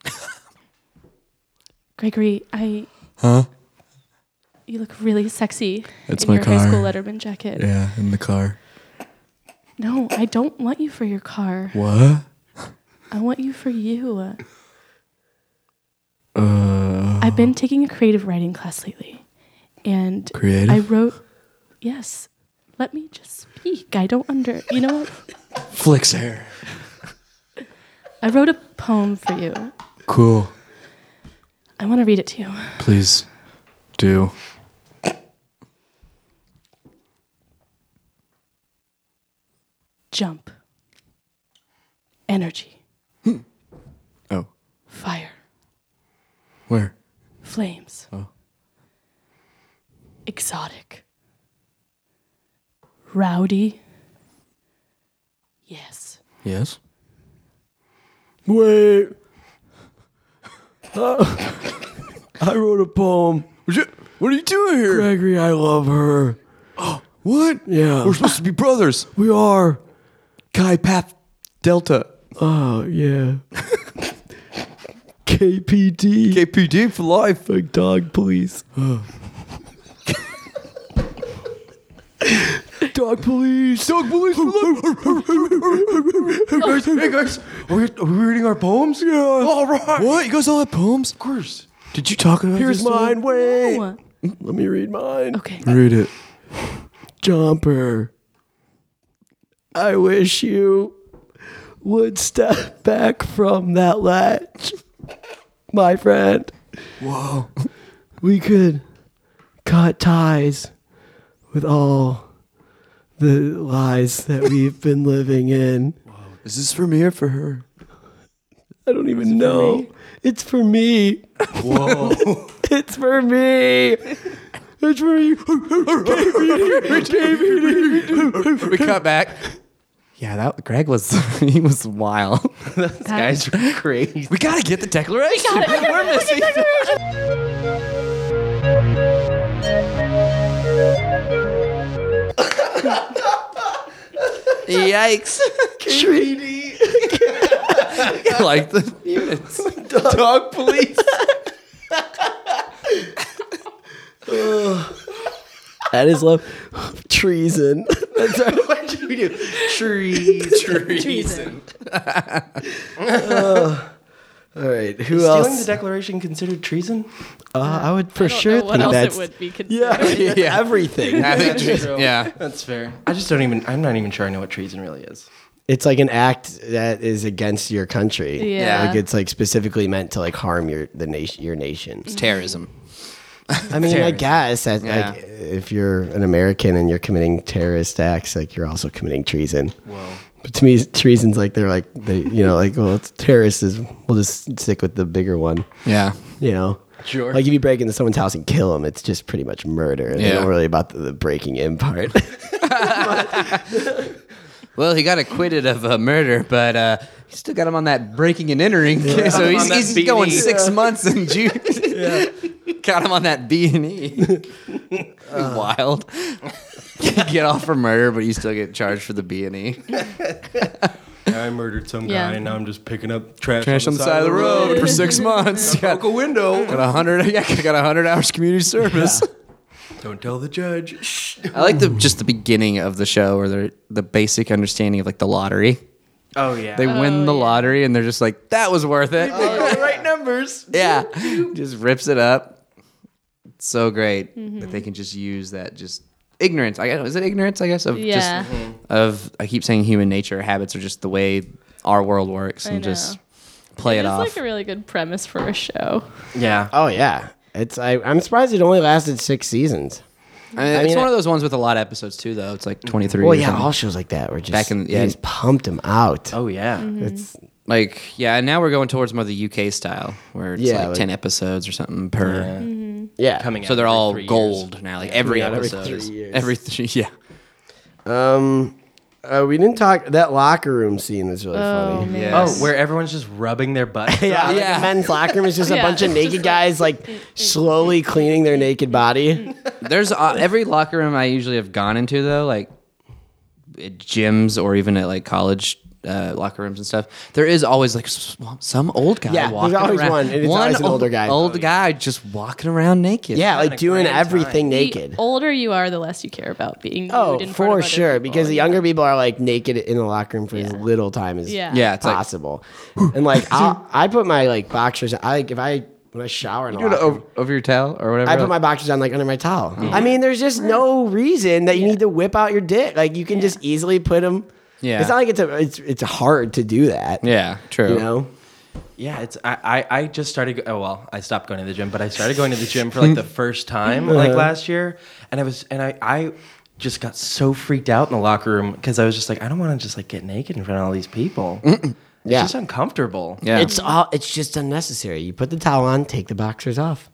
Speaker 1: Gregory, I. Huh? You look really sexy
Speaker 6: It's
Speaker 1: in
Speaker 6: my
Speaker 1: your high school
Speaker 6: car.
Speaker 1: Letterman jacket.
Speaker 6: Yeah, in the car.
Speaker 1: No, I don't want you for your car.
Speaker 6: What?
Speaker 1: I want you for you. I've been taking a creative writing class lately. And
Speaker 6: Creative?
Speaker 1: I wrote, yes, let me just speak. I don't under, you know what?
Speaker 6: Flicks hair.
Speaker 1: I wrote a poem for you.
Speaker 6: Cool.
Speaker 1: I want to read it to you.
Speaker 6: Please do.
Speaker 1: Jump. Energy.
Speaker 6: Oh,
Speaker 1: Fire.
Speaker 6: where?
Speaker 1: Flames.
Speaker 6: Oh.
Speaker 1: Exotic. Rowdy. Yes.
Speaker 6: Yes.
Speaker 3: Wait. I wrote a poem.
Speaker 6: What are you doing here?
Speaker 3: Gregory, I love her.
Speaker 6: What?
Speaker 3: Yeah.
Speaker 6: We're supposed to be brothers.
Speaker 3: We are.
Speaker 6: Kai Path Delta.
Speaker 3: Oh, yeah. KPD.
Speaker 6: KPD for life.
Speaker 3: Big dog, please. dog, police. Dog, police.
Speaker 6: Hey guys, are we, are we reading our poems? Yeah. All right. What? You guys all have poems? Of course. Did you talk about
Speaker 3: Here's
Speaker 6: this all?
Speaker 3: mine. Wait.
Speaker 1: Oh,
Speaker 3: Let me read mine.
Speaker 1: okay.
Speaker 6: Read it.
Speaker 3: Jumper. I wish you would step back from that ledge, my friend.
Speaker 6: Whoa.
Speaker 3: We could cut ties with all the lies that we've been living in.
Speaker 6: Is this for me or for her?
Speaker 3: I don't even know. it's for me. Whoa. it's for me. It's for you.
Speaker 2: We cut back. Yeah, that Greg was he was wild.
Speaker 4: These guys are crazy.
Speaker 2: We gotta get the declaration. We're missing. Yikes! Treaty. like the units.
Speaker 4: Dog police.
Speaker 3: That is love. Treason. That's our
Speaker 4: what did we do? Trees.
Speaker 2: Treason.
Speaker 3: All right, who
Speaker 4: Stealing
Speaker 3: else?
Speaker 4: the Declaration considered treason?
Speaker 3: uh, I would for
Speaker 1: I don't
Speaker 3: sure
Speaker 1: know what
Speaker 3: think
Speaker 1: else
Speaker 3: that's
Speaker 1: it would be considered.
Speaker 3: yeah, that's
Speaker 2: Yeah.
Speaker 3: everything.
Speaker 2: I think treason.
Speaker 4: true.
Speaker 2: Yeah.
Speaker 4: That's fair. I just don't even. I'm not even sure I know what treason really is.
Speaker 3: It's like an act that is against your country.
Speaker 1: Yeah.
Speaker 3: like it's like specifically meant to like harm your the nation your nation.
Speaker 2: Terrorism.
Speaker 1: Mm-hmm.
Speaker 3: I mean, I
Speaker 4: Terrorism.
Speaker 3: guess that
Speaker 2: Yeah.
Speaker 3: like if you're an American and you're committing terrorist acts, like you're also committing treason.
Speaker 4: Whoa.
Speaker 3: But to me, treason's like they're like they you know like well it's terrorist is we'll just stick with the bigger one.
Speaker 2: Yeah.
Speaker 3: you know.
Speaker 4: Sure.
Speaker 3: Like if you break into someone's house and kill them, it's just pretty much murder. They
Speaker 2: Yeah.
Speaker 3: don't really about the, the breaking in part.
Speaker 2: Well, he got acquitted of uh, murder, but uh, he still got him on that breaking and entering. So he's,
Speaker 4: On that E.
Speaker 2: he's
Speaker 4: B&E.
Speaker 2: going six months in June. got him on that B and E.
Speaker 4: Uh.
Speaker 2: Wild. get off for murder, but you still get charged for the B and E.
Speaker 4: I murdered some
Speaker 1: Yeah.
Speaker 4: guy and now I'm just picking up trash,
Speaker 2: Trash on the side of the road for six months. Got,
Speaker 4: Broke a window.
Speaker 2: got a hundred. Yeah, got a hundred hours community service.
Speaker 4: Don't tell the judge. Shh.
Speaker 2: I like the just the beginning of the show, or the the basic understanding of like the lottery.
Speaker 4: Oh yeah.
Speaker 2: They win the
Speaker 1: yeah.
Speaker 2: lottery, and they're just like, "That was worth it."
Speaker 4: the right numbers.
Speaker 2: yeah just rips it up It's so great
Speaker 1: Mm-hmm.
Speaker 2: that they can just use that just ignorance i guess is it ignorance i guess of
Speaker 1: Yeah.
Speaker 2: just of i keep saying human nature habits are just the way our world works
Speaker 1: I
Speaker 2: and just
Speaker 1: know.
Speaker 2: play it,
Speaker 1: It's
Speaker 2: off
Speaker 1: like a really good premise for a show.
Speaker 4: Yeah.
Speaker 2: Uh,
Speaker 3: oh yeah, it's I, I'm surprised it only lasted six seasons.
Speaker 2: I mean,
Speaker 3: I
Speaker 2: it's
Speaker 3: mean,
Speaker 2: one
Speaker 3: I-
Speaker 2: of those ones with a lot of episodes too though it's like 23
Speaker 3: Well,
Speaker 2: or
Speaker 3: yeah,
Speaker 2: something.
Speaker 3: all shows like that were just
Speaker 2: Back in-
Speaker 3: they
Speaker 2: yeah.
Speaker 3: just pumped them out.
Speaker 4: Oh yeah.
Speaker 3: It's
Speaker 2: like yeah and now we're going towards more the uk style where it's
Speaker 3: Yeah,
Speaker 2: like,
Speaker 3: like-
Speaker 2: 10 episodes or something per
Speaker 3: yeah.
Speaker 4: Coming.
Speaker 2: so
Speaker 4: out
Speaker 2: they're
Speaker 4: every
Speaker 2: all
Speaker 4: three years.
Speaker 2: gold now like every
Speaker 3: out every
Speaker 2: episode
Speaker 3: three
Speaker 2: is-
Speaker 3: years.
Speaker 2: every three yeah
Speaker 3: Um,
Speaker 7: Uh, we didn't talk. That locker room scene is really funny.
Speaker 1: man.
Speaker 2: Yes.
Speaker 4: Oh, where everyone's just rubbing their butt.
Speaker 3: Yeah, like
Speaker 2: Yeah.
Speaker 3: a men's locker room is just a
Speaker 1: Yeah,
Speaker 3: bunch of
Speaker 1: it's
Speaker 3: naked guys like slowly cleaning their naked body.
Speaker 2: There's uh, every locker room I usually have gone into though, like at gyms or even at like college uh, locker rooms and stuff. There is always like s- some old guy.
Speaker 3: Yeah, there's
Speaker 2: walking
Speaker 3: always
Speaker 2: around.
Speaker 3: one, and it's always an
Speaker 2: old-
Speaker 3: older guy.
Speaker 2: Old guy just walking around naked.
Speaker 3: Yeah, like doing
Speaker 4: grand
Speaker 3: everything
Speaker 1: The
Speaker 3: naked.
Speaker 1: older you are, the less you care about being.
Speaker 3: Oh,
Speaker 1: nude in front of
Speaker 3: for
Speaker 1: other
Speaker 3: sure.
Speaker 1: people.
Speaker 3: Because the younger people are like naked in the locker room for as
Speaker 1: Yeah.
Speaker 3: little time as
Speaker 1: Yeah.
Speaker 2: Yeah, it's like-
Speaker 3: possible. and like I, I put my like boxers. I like if I when I shower in a
Speaker 2: You know,
Speaker 3: locker room,
Speaker 2: over, over your towel or whatever.
Speaker 3: I put my boxers on like under my towel.
Speaker 2: Mm.
Speaker 3: I mean, there's just no reason that you need to whip out your dick. Like you can just easily put them.
Speaker 2: Yeah.
Speaker 3: It's not like it's a, it's it's hard to do that.
Speaker 2: yeah, true.
Speaker 3: You know.
Speaker 4: Yeah, it's I, I I just started. go- Oh well, I stopped going to the gym, but I started going to the gym for like the first time like
Speaker 2: Uh-huh.
Speaker 4: last year, and I was and I I just got so freaked out in the locker room because I was just like I don't want to just like get naked in front of all these people. It's
Speaker 3: Yeah.
Speaker 4: just uncomfortable.
Speaker 2: Yeah.
Speaker 3: It's all it's just unnecessary. You put the towel on, take the boxers off.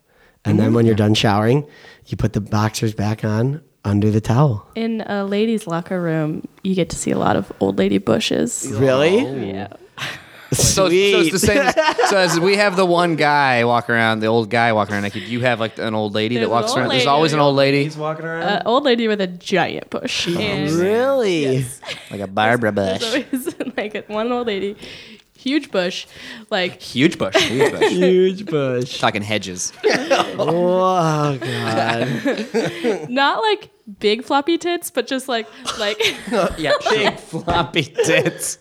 Speaker 3: And
Speaker 2: Mm-hmm.
Speaker 3: then when you're done showering, you put the boxers back on under the towel.
Speaker 1: in a ladies' locker room, you get to see a lot of old lady bushes.
Speaker 3: Really?
Speaker 1: Yeah.
Speaker 2: Oh. so, so it's the same. as- so as we have the one guy walking around, the old guy walking around naked. You have like an old lady
Speaker 1: There's an
Speaker 2: that walks
Speaker 1: old
Speaker 2: around. There's
Speaker 1: lady.
Speaker 2: always an old lady,
Speaker 4: He's walking around.
Speaker 1: An Uh, old lady with a giant bush.
Speaker 3: Oh,
Speaker 1: And
Speaker 3: Really?
Speaker 2: like a Barbara
Speaker 1: there's
Speaker 2: bush,
Speaker 1: always like one old lady, huge bush, like
Speaker 2: huge bush, huge bush.
Speaker 3: Huge bush.
Speaker 2: Talking hedges.
Speaker 3: Oh god.
Speaker 1: not like big floppy tits, but just like like
Speaker 4: yeah, big
Speaker 2: floppy tits.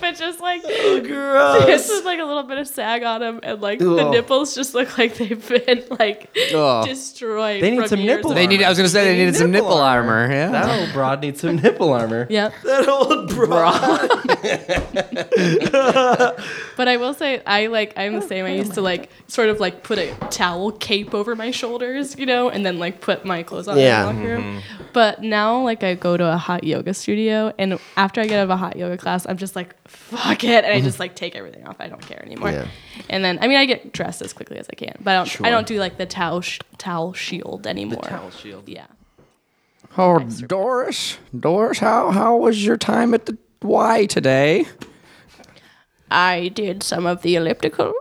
Speaker 1: but just like
Speaker 3: Oh,
Speaker 1: This is like a little bit of sag on them, and like the
Speaker 3: Ugh.
Speaker 1: nipples just look like they've been like
Speaker 3: Oh.
Speaker 2: Ugh.
Speaker 1: destroyed.
Speaker 4: They need
Speaker 1: from
Speaker 4: some
Speaker 1: years
Speaker 4: nipple
Speaker 1: of-
Speaker 2: They need. I was gonna say they needed some nipple armor. Yeah.
Speaker 4: that old broad needs some nipple armor.
Speaker 1: Yep.
Speaker 3: That old bra.
Speaker 1: But I will say, I like, I'm the same. I used to like sort of like put a towel cape over my shoulders, you know, and then like put my clothes on
Speaker 3: Yeah.
Speaker 1: in the locker room. But now, like, I go to a hot yoga studio, and after I get out of a hot yoga class, I'm just like, fuck it. And I just like take everything off. I don't care anymore.
Speaker 3: Yeah.
Speaker 1: And then, I mean, I get dressed as quickly as I can, but I don't, I don't do like the towel, sh- towel shield anymore.
Speaker 4: Towel shield.
Speaker 1: Yeah.
Speaker 2: Oh, Doris, Doris, how how was your time at the Y today?
Speaker 1: I did some of the elliptical.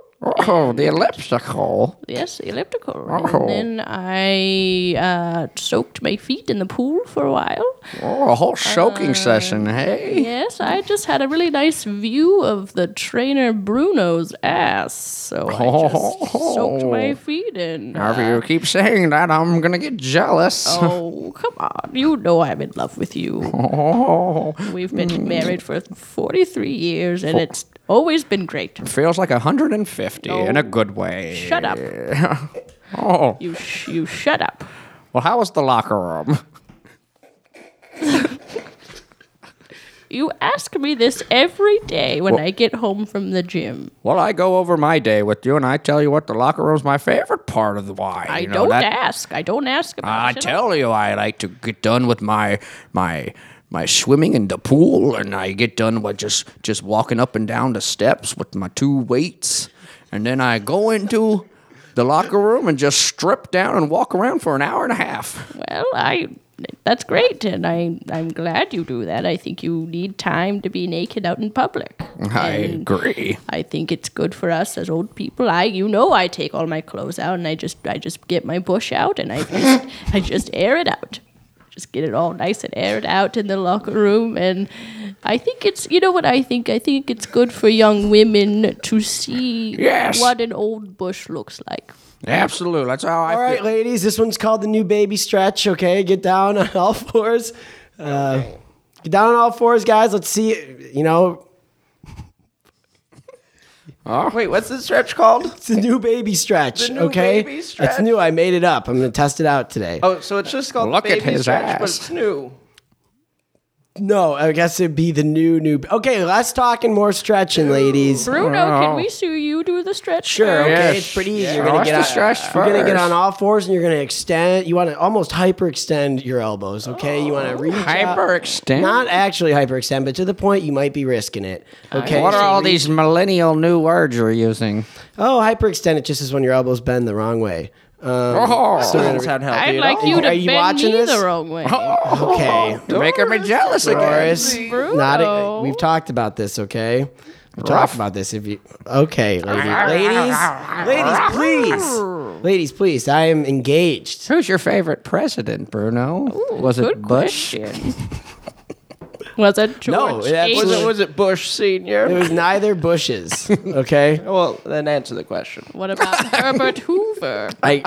Speaker 2: Oh, the elliptical.
Speaker 1: Yes, the elliptical.
Speaker 2: Oh.
Speaker 1: And then I uh, soaked my feet in the pool for a while.
Speaker 2: Oh, a whole soaking session. Hey.
Speaker 1: Yes, I just had a really nice view of the trainer Bruno's ass, so I just soaked my feet in.
Speaker 2: If you keep saying that, I'm gonna get jealous.
Speaker 1: Oh, come on. You know I'm in love with you.
Speaker 2: Oh,
Speaker 1: We've been married for 43 years, and it's always been great.
Speaker 2: feels like 150 in
Speaker 1: No.
Speaker 2: a good way.
Speaker 1: Shut up.
Speaker 2: Oh,
Speaker 1: You, sh- you shut up.
Speaker 2: well, how was the locker room?
Speaker 1: You ask me this every day when I get home from the gym.
Speaker 2: Well, I go over my day with you, and I tell you what, the locker room's my favorite part of the Y.
Speaker 1: I
Speaker 2: you know
Speaker 1: don't
Speaker 2: that-
Speaker 1: ask. I don't ask about
Speaker 2: I
Speaker 1: it.
Speaker 2: tell you, I like to get done with my my my swimming in the pool, and I get done with just just walking up and down the steps with my two weights, and then I go into the locker room and just strip down and walk around for an hour and a half.
Speaker 1: Well, I that's great, and I I'm glad you do that. I think you need time to be naked out in public.
Speaker 2: I
Speaker 1: And
Speaker 2: agree.
Speaker 1: I think it's good for us as old people. I you know I take all my clothes out and I just I just get my bush out and I just, I just air it out. Just get it all nice and aired out in the locker room and I think it's you know what I think I think it's good for young women to see
Speaker 2: Yes.
Speaker 1: what an old bush looks like.
Speaker 2: Absolutely, that's how I
Speaker 3: All right,
Speaker 2: feel.
Speaker 3: ladies, this one's called the new baby stretch, okay? Get down on all fours. Uh, get down on all fours, guys. Let's see, you know,
Speaker 4: Wait, what's this stretch called?
Speaker 3: it's the new baby stretch,
Speaker 4: new
Speaker 3: okay?
Speaker 4: baby
Speaker 3: It's
Speaker 4: stretch.
Speaker 3: new. I made it up. I'm going to test it out today.
Speaker 4: Oh, so it's just called
Speaker 2: Look at
Speaker 4: baby
Speaker 2: his
Speaker 4: stretch, but
Speaker 2: ass.
Speaker 4: it's new.
Speaker 3: No, I guess it'd be the new new. Okay, less talking, more stretching, ladies.
Speaker 1: Bruno, can we see you do the stretch?
Speaker 3: Sure.
Speaker 1: first?
Speaker 3: Okay,
Speaker 2: Yes.
Speaker 3: it's pretty easy. You're
Speaker 2: Watch
Speaker 3: gonna
Speaker 2: the
Speaker 3: get on,
Speaker 2: stretch
Speaker 3: you're gonna get
Speaker 2: first.
Speaker 3: on all fours, and you're gonna extend. You want to almost hyperextend your elbows. Okay, you
Speaker 4: Oh.
Speaker 3: want to reach out-
Speaker 2: Hyperextend.
Speaker 3: Not actually hyperextend, but to the point you might be risking it. Okay.
Speaker 2: what are
Speaker 3: so
Speaker 2: all
Speaker 3: reach-
Speaker 2: these millennial new words you're using?
Speaker 3: Oh, hyperextend it just is when your elbows bend the wrong way. Um,
Speaker 2: Oh.
Speaker 3: so we're gonna-
Speaker 1: I'd like you to
Speaker 3: Are you
Speaker 1: bend
Speaker 3: watching
Speaker 1: me
Speaker 3: this? Oh.
Speaker 1: the wrong way.
Speaker 3: okay,
Speaker 2: Making me jealous again.
Speaker 3: Doris.
Speaker 1: Bruno.
Speaker 3: Not a, we've talked about this, okay? We've talked about this. If you okay, lady, ladies, ladies, please, ladies, please. I am engaged.
Speaker 2: Who's your favorite president, Bruno? Was it Bush?
Speaker 1: Was it George?
Speaker 3: No, that
Speaker 1: H?
Speaker 3: was it. Was
Speaker 4: it Bush Senior?
Speaker 3: it was neither bushes, okay?
Speaker 4: Well, then answer the question.
Speaker 1: What about Herbert Hoover?
Speaker 3: I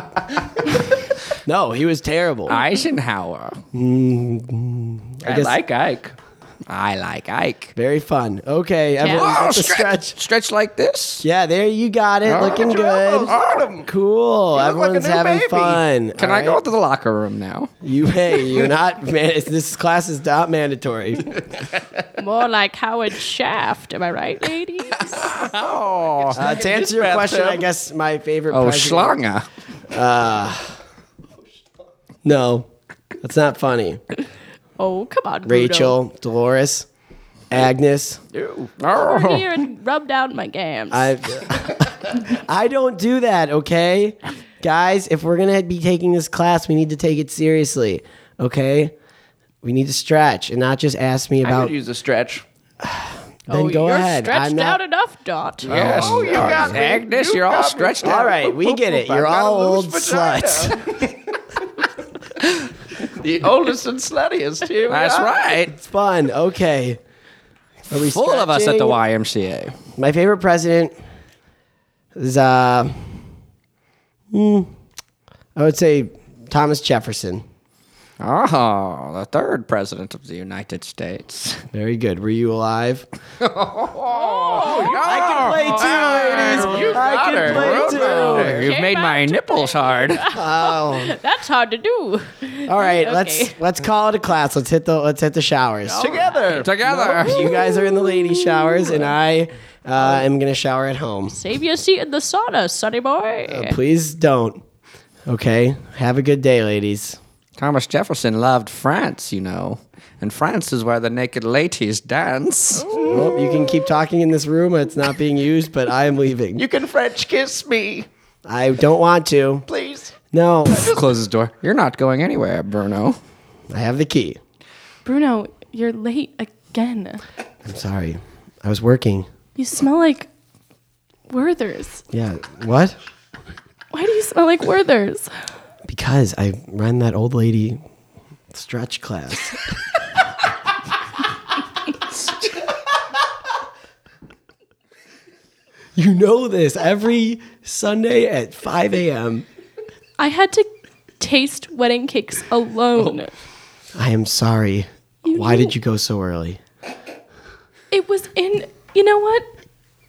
Speaker 3: no, he was terrible.
Speaker 2: Eisenhower.
Speaker 4: Mm-hmm. I, like Ike.
Speaker 2: I like Ike.
Speaker 3: Very fun. Okay, everyone,
Speaker 2: Oh,
Speaker 3: get the
Speaker 2: stretch.
Speaker 3: stretch.
Speaker 2: Stretch like this.
Speaker 3: Yeah, there you got
Speaker 2: Oh,
Speaker 3: it. Looking good. Cool. Everyone's
Speaker 2: new
Speaker 3: having
Speaker 2: baby.
Speaker 3: fun.
Speaker 2: Can I go to the locker room now?
Speaker 3: You hey, you're not man. it's- This class is not mandatory.
Speaker 1: More like Howard Shaft, am I right, ladies?
Speaker 4: Oh.
Speaker 3: Uh, to answer your question, I guess my favorite.
Speaker 2: Oh,
Speaker 3: president-
Speaker 2: Schlanger.
Speaker 3: No, that's not funny.
Speaker 1: Oh, come on, Bruno.
Speaker 3: Rachel, Dolores, Agnes.
Speaker 1: Come
Speaker 2: Oh.
Speaker 1: here and rub down my gams.
Speaker 3: I I don't do that. Okay, guys, if we're gonna be taking this class, we need to take it seriously. Okay, we need to stretch and not just ask me
Speaker 4: I
Speaker 3: about.
Speaker 4: could use a stretch.
Speaker 3: then
Speaker 1: oh,
Speaker 3: go
Speaker 1: you're
Speaker 3: ahead.
Speaker 1: stretched
Speaker 3: I'm
Speaker 1: out
Speaker 3: not-
Speaker 1: enough, Dot.
Speaker 2: Yes. Oh, you got Agnes, you're all stretched out.
Speaker 3: All right, we get it. You're all old sluts.
Speaker 4: The oldest and sluttiest here.
Speaker 2: That's right.
Speaker 3: It's fun. Okay. Are we
Speaker 2: Full of us at the
Speaker 3: stretching?
Speaker 2: YMCA.
Speaker 3: My favorite president is, uh, hmm, I would say Thomas Jefferson.
Speaker 2: Oh, the third president of the United States.
Speaker 3: Very good. Were you alive?
Speaker 2: I can
Speaker 3: Play two, ladies. I can play two.
Speaker 2: You've
Speaker 1: Came
Speaker 2: made my
Speaker 1: out
Speaker 2: nipples hard.
Speaker 3: Oh,
Speaker 1: That's hard to do.
Speaker 3: all right. Let's let's call it a class. Let's hit the let's hit the showers.
Speaker 4: Oh. Together.
Speaker 2: Together.
Speaker 3: You guys are in the lady showers, and I uh, am gonna shower at home.
Speaker 1: Save your seat in the sauna, sonny boy.
Speaker 3: Please don't. Okay. Have a good day, ladies.
Speaker 2: Thomas Jefferson loved France, you know. And France is where the naked ladies dance.
Speaker 3: Well, you can keep talking in this room. It's not being used, but I am leaving.
Speaker 4: You can French kiss me,
Speaker 3: I don't want to.
Speaker 4: please.
Speaker 3: No,
Speaker 2: Close his door. You're not going anywhere, Bruno.
Speaker 3: I have the key.
Speaker 1: Bruno, you're late again.
Speaker 3: I'm sorry. I was working.
Speaker 1: You smell like Werther's.
Speaker 3: Yeah. What?
Speaker 1: Why do you smell like Werther's?
Speaker 3: Because I ran that old lady stretch class. you know this every Sunday at 5 a.m.
Speaker 1: I had to taste wedding cakes alone.
Speaker 3: Oh. I am sorry.
Speaker 1: You
Speaker 3: Why
Speaker 1: know-
Speaker 3: did you go so early?
Speaker 1: It was in. You know what?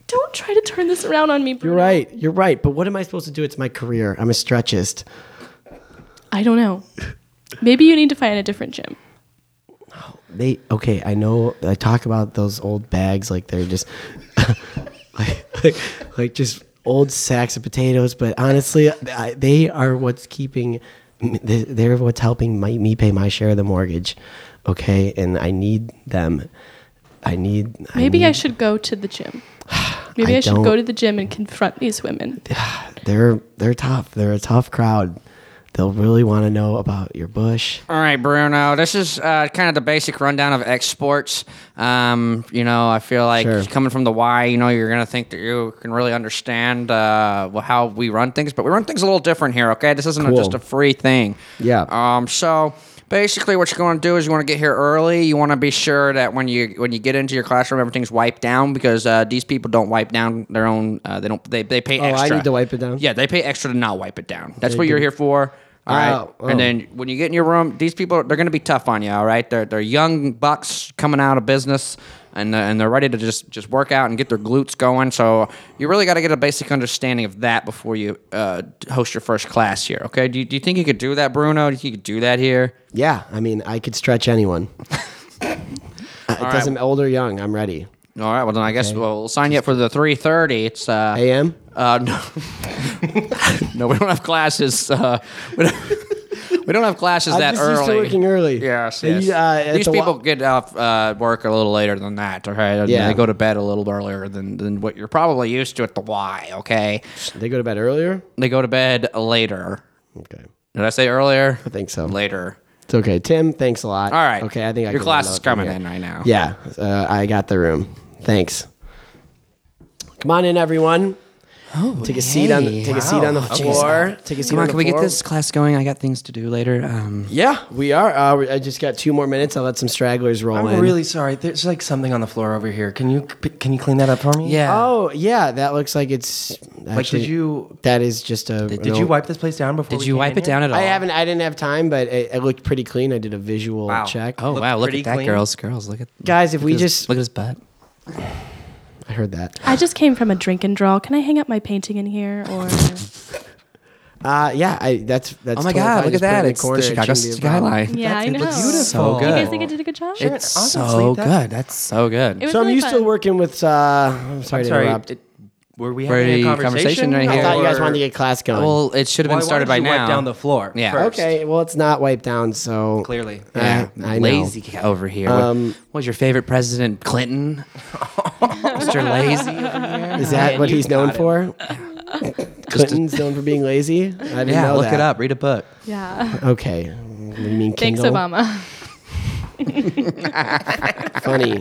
Speaker 1: Don't try to turn this around on me, Bruno.
Speaker 3: You're right. You're right. But what am I supposed to do? It's my career. I'm a stretchist.
Speaker 1: I don't know. Maybe you need to find a different gym.
Speaker 3: They okay. I know. I talk about those old bags like they're just like, like like just old sacks of potatoes. But honestly, I, they are what's keeping. they- They're what's helping my, me pay my share of the mortgage. Okay, and I need them. I need.
Speaker 1: Maybe
Speaker 3: need,
Speaker 1: I should go to the gym. Maybe I,
Speaker 3: I
Speaker 1: should
Speaker 3: don't-
Speaker 1: go to the gym and confront these women.
Speaker 3: They're they're tough. They're a tough crowd. They'll really want to know about your bush.
Speaker 2: All right, Bruno. This is uh, kind of the basic rundown of exports. Um, you know, I feel like
Speaker 3: Sure.
Speaker 2: coming from the Y, you know, you're gonna think that you can really understand uh, wh- how we run things, but we run things a little different here. Okay, this isn't a- just a free thing.
Speaker 3: Yeah.
Speaker 2: Um. So basically, what you're going to do is you want to get here early. You want to be sure that when you when you get into your classroom, everything's wiped down because uh, these people don't wipe down their own. Uh, they don't. They they pay
Speaker 3: Oh, I
Speaker 2: extra.
Speaker 3: need to wipe it down?
Speaker 2: Yeah, they pay extra to not wipe it down. That's what you're here for. All right.
Speaker 3: Oh, oh.
Speaker 2: And then when you get in your room, these people they're going to be tough on you. All right, they're they're young bucks coming out of business, and they're, and they're ready to just just work out and get their glutes going. So you really got to get a basic understanding of that before you uh, host your first class here. Okay? Do you, do you think you could do that, Bruno? Do you think you could do that here?
Speaker 3: Yeah, I mean, I could stretch anyone. Uh, it doesn't old or young. I'm ready.
Speaker 2: All right. Well, then I guess we'll sign you up for the three thirty. It's uh,
Speaker 3: A.M.
Speaker 2: Uh, no, no, we don't have classes. Uh, we, don't, we don't have classes
Speaker 3: I'm
Speaker 2: that
Speaker 3: just
Speaker 2: early.
Speaker 3: used to working early.
Speaker 2: Yes,
Speaker 3: And
Speaker 2: yes.
Speaker 3: you, uh, at
Speaker 2: These
Speaker 3: the wa-
Speaker 2: people get off uh, work a little later than that. Okay, And
Speaker 3: Yeah.
Speaker 2: they go to bed a little earlier than, than what you're probably used to at the Y. Okay,
Speaker 3: They go to bed earlier.
Speaker 2: they go to bed later.
Speaker 3: Okay.
Speaker 2: Did I say earlier?
Speaker 3: I think so.
Speaker 2: Later.
Speaker 3: It's okay. Tim, thanks a lot.
Speaker 2: All right.
Speaker 3: Okay, I think I
Speaker 2: your
Speaker 3: can
Speaker 2: class
Speaker 3: let
Speaker 2: is
Speaker 3: up.
Speaker 2: coming
Speaker 3: Okay.
Speaker 2: in right now.
Speaker 3: Yeah, uh, I got the room. Thanks. Come on in, everyone. Oh, take a seat on the, take a seat on the floor. Take a seat
Speaker 2: Come
Speaker 3: on
Speaker 2: on,
Speaker 3: the
Speaker 2: can we get
Speaker 3: floor.
Speaker 2: this class going? I got things to do later. Um,
Speaker 3: Yeah, we are. Uh, we- I just got two more minutes. I'll let some stragglers roll
Speaker 4: I'm
Speaker 3: in.
Speaker 4: really sorry. There's like something on the floor over here. Can you can you clean that up for me?
Speaker 2: yeah.
Speaker 3: Oh yeah, that looks like it's. Actually,
Speaker 4: Like, did you
Speaker 3: That is just a.
Speaker 4: did you wipe this place down before?
Speaker 2: Did
Speaker 4: we
Speaker 2: you
Speaker 4: came
Speaker 2: wipe
Speaker 4: in
Speaker 2: it
Speaker 4: here?
Speaker 2: down at all?
Speaker 3: I haven't. I didn't have time, but it, it looked pretty clean. I did a visual
Speaker 4: Wow.
Speaker 3: check.
Speaker 2: Oh
Speaker 4: Look
Speaker 2: wow! Look
Speaker 4: pretty
Speaker 2: at that,
Speaker 4: clean.
Speaker 2: girls. Girls, look at
Speaker 3: Guys, if
Speaker 2: look
Speaker 3: we
Speaker 2: at his-
Speaker 3: just-
Speaker 2: look at his butt.
Speaker 3: I heard that.
Speaker 1: I just came from a drink and draw. Can I hang up my painting in here? Or
Speaker 3: Uh, yeah, I, that's that's.
Speaker 2: Oh my
Speaker 3: totally
Speaker 2: god!
Speaker 3: fine.
Speaker 2: Look at
Speaker 3: Just put it in
Speaker 2: that! It's the
Speaker 3: corner. It
Speaker 2: Chicago
Speaker 3: shouldn't be a problem.
Speaker 2: skyline.
Speaker 1: yeah, I
Speaker 2: It
Speaker 1: know.
Speaker 2: looks
Speaker 1: You
Speaker 2: so
Speaker 4: Beautiful.
Speaker 2: good.
Speaker 1: guys think I did a good job?
Speaker 4: Sure.
Speaker 2: It's
Speaker 4: Honestly,
Speaker 2: so
Speaker 4: that-
Speaker 2: good. That's so good.
Speaker 1: It was
Speaker 3: So I'm
Speaker 1: really
Speaker 3: used
Speaker 1: fun.
Speaker 3: to working with. Uh, I'm sorry
Speaker 4: I'm
Speaker 3: to
Speaker 4: sorry.
Speaker 3: interrupt.
Speaker 4: it- were we
Speaker 2: We're
Speaker 4: having a
Speaker 2: in a
Speaker 4: conversation,
Speaker 2: conversation right
Speaker 3: I
Speaker 2: here.
Speaker 3: thought you guys
Speaker 4: or-
Speaker 3: wanted to get class going.
Speaker 2: Well, it should have
Speaker 4: Well,
Speaker 2: been
Speaker 4: I
Speaker 2: started
Speaker 4: wanted
Speaker 2: by
Speaker 4: you to
Speaker 2: now.
Speaker 4: Wipe down the floor.
Speaker 2: Yeah.
Speaker 4: first,
Speaker 3: okay, well it's not wiped down, so
Speaker 4: Clearly.
Speaker 2: Yeah,
Speaker 3: Yeah, I know.
Speaker 2: lazy over here. What-
Speaker 3: Um,
Speaker 2: what was your favorite president? Clinton, Mr. Lazy over here.
Speaker 3: Is that
Speaker 4: Man,
Speaker 3: what
Speaker 4: you
Speaker 3: he's known
Speaker 4: got it.
Speaker 3: for? Clinton's known for being lazy. I didn't
Speaker 2: Yeah,
Speaker 3: know
Speaker 2: look
Speaker 3: that.
Speaker 2: it up. Read a book.
Speaker 1: Yeah.
Speaker 3: Okay. What do you mean
Speaker 1: Thanks,
Speaker 3: Kindle?
Speaker 1: Obama.
Speaker 3: Funny.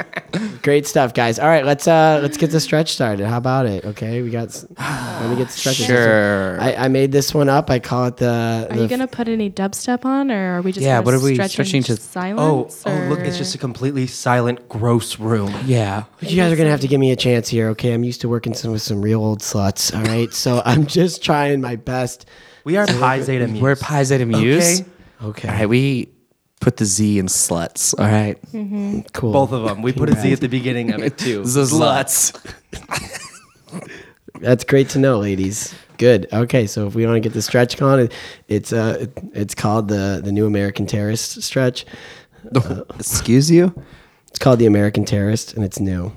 Speaker 3: Great stuff, guys. All right, let's uh let's get the stretch started. How about it? Okay, we got. s- Let me get the stretch.
Speaker 2: Sure.
Speaker 3: I, I made this one up. I call it the.
Speaker 1: Are
Speaker 3: the
Speaker 1: you gonna put any dubstep on, or are we just
Speaker 2: Yeah,
Speaker 1: gonna
Speaker 2: what are we
Speaker 1: stretch
Speaker 2: stretching
Speaker 1: into
Speaker 2: to-
Speaker 4: Oh,
Speaker 1: silence?
Speaker 4: oh, look! It's
Speaker 1: or-
Speaker 4: just a completely silent, gross room.
Speaker 2: Yeah.
Speaker 3: You guys are gonna have to give me a chance here, okay? I'm used to working some, with some real old sluts, all right? So I'm just trying my best.
Speaker 4: We are Pi Zeta Mu.
Speaker 2: We're Pi Zeta Muse.
Speaker 4: Okay.
Speaker 3: Okay,
Speaker 2: All right, we put the Z in sluts. All right.
Speaker 3: cool.
Speaker 4: both of them. We put a Z at the beginning of it too.
Speaker 2: The sluts.
Speaker 3: That's great to know, ladies. Good. Okay, so if we want to get the stretch con, it, it's uh, it- it's called the the New American Terrorist stretch.
Speaker 2: Excuse you?
Speaker 3: It's called the American Terrorist, and it's new.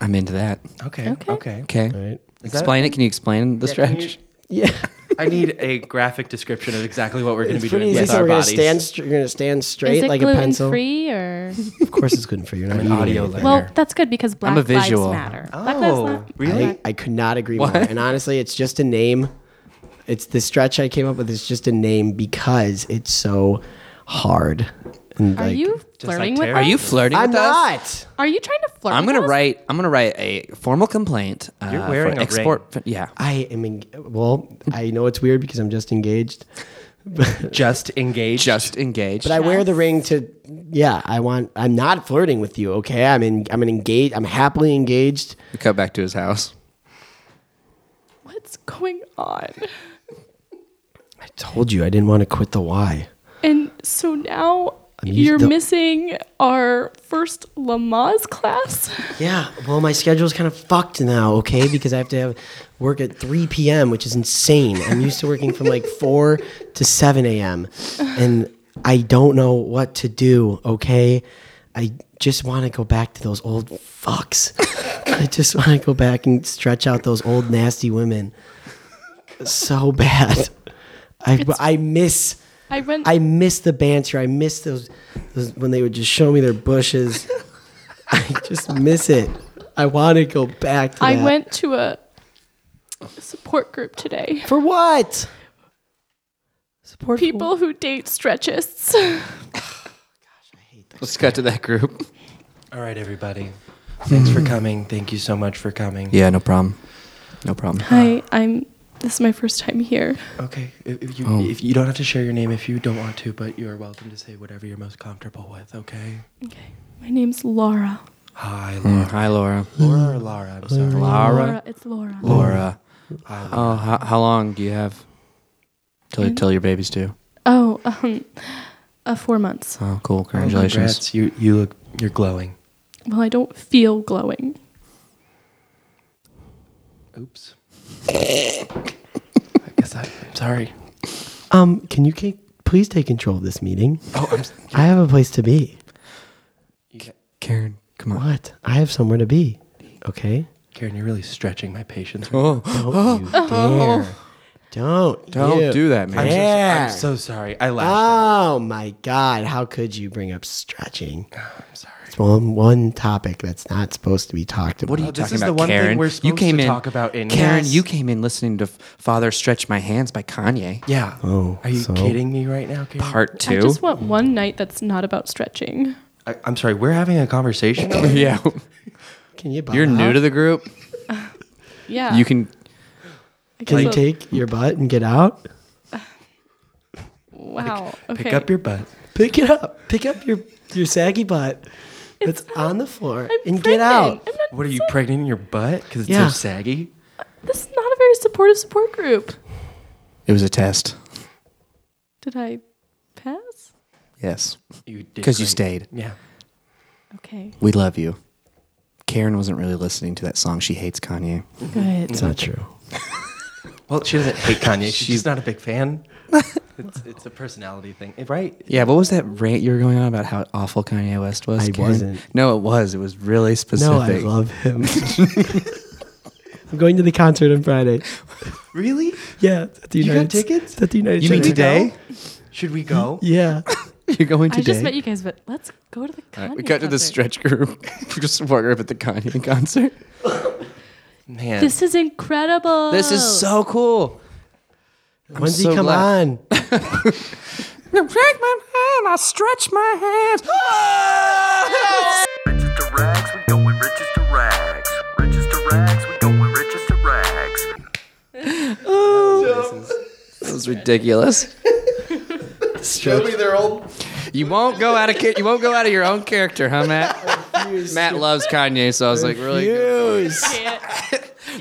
Speaker 2: I'm into that.
Speaker 4: Okay. Okay.
Speaker 2: Okay.
Speaker 3: All right.
Speaker 2: Explain it. Can you explain the
Speaker 4: Can
Speaker 2: stretch?
Speaker 3: Yeah.
Speaker 4: you- I need a graphic description of exactly what we're going to be
Speaker 3: Pretty
Speaker 4: doing
Speaker 3: easy.
Speaker 4: with
Speaker 3: So
Speaker 4: our
Speaker 3: we're gonna
Speaker 4: bodies.
Speaker 3: stand. str- You're gonna stand
Speaker 1: Is
Speaker 3: straight
Speaker 1: it
Speaker 3: like a
Speaker 1: gluten
Speaker 3: pencil.
Speaker 1: free or?
Speaker 3: Of course, it's good for you. You're not
Speaker 4: an
Speaker 3: eating
Speaker 4: audio
Speaker 3: anything.
Speaker 4: learner.
Speaker 1: Well, that's good because Black
Speaker 2: a visual.
Speaker 1: Lives Matter. Black Lives
Speaker 4: Oh,
Speaker 1: Matter.
Speaker 4: really?
Speaker 3: I, I could not agree more. And honestly, it's just a name. It's the stretch I came up with. It's just a name because it's so hard. And
Speaker 1: Are
Speaker 3: like,
Speaker 1: you flirting with?
Speaker 4: Terry.
Speaker 2: Are
Speaker 1: us?
Speaker 2: you flirting
Speaker 3: I'm
Speaker 2: with us?
Speaker 3: not.
Speaker 1: Are you trying to flirt?
Speaker 2: I'm
Speaker 1: with
Speaker 2: gonna
Speaker 1: us?
Speaker 2: write. I'm gonna write a formal complaint. Uh,
Speaker 4: You're wearing
Speaker 2: for
Speaker 4: a
Speaker 2: export. Yeah.
Speaker 3: I am. En- well, I know it's weird because I'm just engaged,
Speaker 4: Just engaged.
Speaker 2: Just engaged.
Speaker 3: but I wear the ring to. Yeah, I want. I'm not flirting with you. Okay, I'm in. I'm an engaged. I'm happily engaged.
Speaker 2: We cut back to his house.
Speaker 1: What's going on?
Speaker 3: I told you I didn't want to quit the Y.
Speaker 1: And so now
Speaker 3: I'm used-
Speaker 1: you're
Speaker 3: the-
Speaker 1: missing our first Lamaze class.
Speaker 3: Yeah, well, my schedule's kind of fucked now, okay? Because I have to have work at 3 p.m., which is insane. I'm used to working from like 4 to 7 a.m., and I don't know what to do, okay? I just want to go back to those old fucks. I just want to go back and stretch out those old nasty women so bad. I, I miss.
Speaker 1: I went.
Speaker 3: I miss the banter. I miss those, those when they would just show me their bushes. I just miss it. I want to go back to
Speaker 1: I
Speaker 3: that.
Speaker 1: went to a support group today.
Speaker 3: for what? Support for
Speaker 1: People who date stretchists.
Speaker 2: Let's cut to that group.
Speaker 4: All right, everybody. Thanks for coming. Thank you so much for coming.
Speaker 2: Yeah. No problem. No problem.
Speaker 1: Hi, I'm. This is my first time here.
Speaker 4: Okay. If if you, if you don't have to share your name if you don't want to, but you're welcome to say whatever you're most comfortable with. Okay.
Speaker 1: Okay, my name's Laura.
Speaker 4: Hi,
Speaker 2: Mm,
Speaker 4: Laura.
Speaker 2: Hi, Laura.
Speaker 4: Laura or Laura? I'm sorry.
Speaker 2: Laura.
Speaker 1: it's Laura.
Speaker 2: Laura.
Speaker 4: Hi, Laura.
Speaker 2: Oh, how, how long do you have? Till, till your baby's due.
Speaker 1: Oh, um, uh, four months.
Speaker 2: Oh, cool. Congratulations.
Speaker 4: Congrats. You you look you're glowing.
Speaker 1: Well, I don't feel glowing.
Speaker 4: Oops. I guess I, I'm sorry.
Speaker 3: Um, can you ca- please take control of this meeting?
Speaker 4: Oh, I'm. s-
Speaker 3: I have a place to be.
Speaker 2: Karen, come on.
Speaker 3: What? I have somewhere to be. Okay.
Speaker 4: Karen, you're really stretching my patience.
Speaker 3: Don't you dare. Don't.
Speaker 2: Oh. Don't
Speaker 3: you.
Speaker 2: do that, man.
Speaker 4: I'm, so,
Speaker 3: Yeah. Ah.
Speaker 4: I'm so sorry. I laughed.
Speaker 3: Oh my God! How could you bring up stretching?
Speaker 4: I'm sorry.
Speaker 3: It's one one topic that's not supposed to be talked about.
Speaker 2: What are you
Speaker 4: Oh, this
Speaker 2: talking
Speaker 4: is the
Speaker 2: about,
Speaker 4: one thing
Speaker 2: Karen?
Speaker 4: we're
Speaker 2: you
Speaker 4: supposed
Speaker 2: came
Speaker 4: to
Speaker 2: in,
Speaker 4: talk about in-
Speaker 2: Karen.
Speaker 4: Yes.
Speaker 2: You came in listening to "Father Stretch My Hands" by Kanye.
Speaker 4: Yeah.
Speaker 3: Oh,
Speaker 4: Are you
Speaker 3: so-
Speaker 4: kidding me right now, Karen?
Speaker 2: Part
Speaker 5: I
Speaker 2: two.
Speaker 5: just want one night that's not about stretching.
Speaker 4: I, I'm sorry. We're having a conversation.
Speaker 2: yeah,
Speaker 3: Can you? Butt
Speaker 2: you're new
Speaker 3: out?
Speaker 2: to the group.
Speaker 5: Yeah.
Speaker 2: You can.
Speaker 5: I guess
Speaker 3: Can you
Speaker 5: so-
Speaker 3: take your butt and get out?
Speaker 5: Wow. okay.
Speaker 4: Pick up your butt.
Speaker 3: Pick it up. Pick up your your saggy butt that's on the floor and get out.
Speaker 5: I'm not,
Speaker 4: What are you pregnant in your butt? Because it's
Speaker 3: Yeah.
Speaker 4: so saggy.
Speaker 5: this is not a very supportive support group.
Speaker 2: It was a test.
Speaker 5: Did I pass?
Speaker 2: Yes,
Speaker 4: You did.
Speaker 2: because you
Speaker 4: great.
Speaker 2: stayed.
Speaker 4: Yeah.
Speaker 5: Okay.
Speaker 2: We love you. Karen wasn't really listening to that song. She hates Kanye.
Speaker 5: Good.
Speaker 3: It's not true.
Speaker 4: Well, she doesn't hate Kanye. She's, just not a big fan. it's, it's a personality thing, Eh, right?
Speaker 2: Yeah, what was that rant you were going on about how awful Kanye West was?
Speaker 3: I wasn't.
Speaker 2: No, it was. It was really specific.
Speaker 3: No, I love him. I'm going to the concert on Friday.
Speaker 4: Really?
Speaker 3: Yeah, at the
Speaker 4: You got
Speaker 3: United
Speaker 4: tickets?
Speaker 3: At the United
Speaker 4: You mean
Speaker 3: States.
Speaker 4: today? Should we go?
Speaker 3: Yeah.
Speaker 2: You're going
Speaker 5: I
Speaker 2: today.
Speaker 5: just met you guys, but let's go to the Kanye.
Speaker 2: All right, we cut to the
Speaker 5: concert.
Speaker 2: stretch group, just support group at the Kanye concert. Mm-hmm.
Speaker 4: Man.
Speaker 5: This is incredible.
Speaker 2: This is so cool.
Speaker 3: When's he
Speaker 2: so
Speaker 3: come
Speaker 2: glad.
Speaker 3: on?
Speaker 2: I stretch my hands.
Speaker 8: Riches to rags, we going riches to rags. Riches to rags, we going riches to rags.
Speaker 2: This is ridiculous. You won't go out of ki- you won't go out of your own character, huh, Matt? Matt loves Kanye, so I was like, really. Good.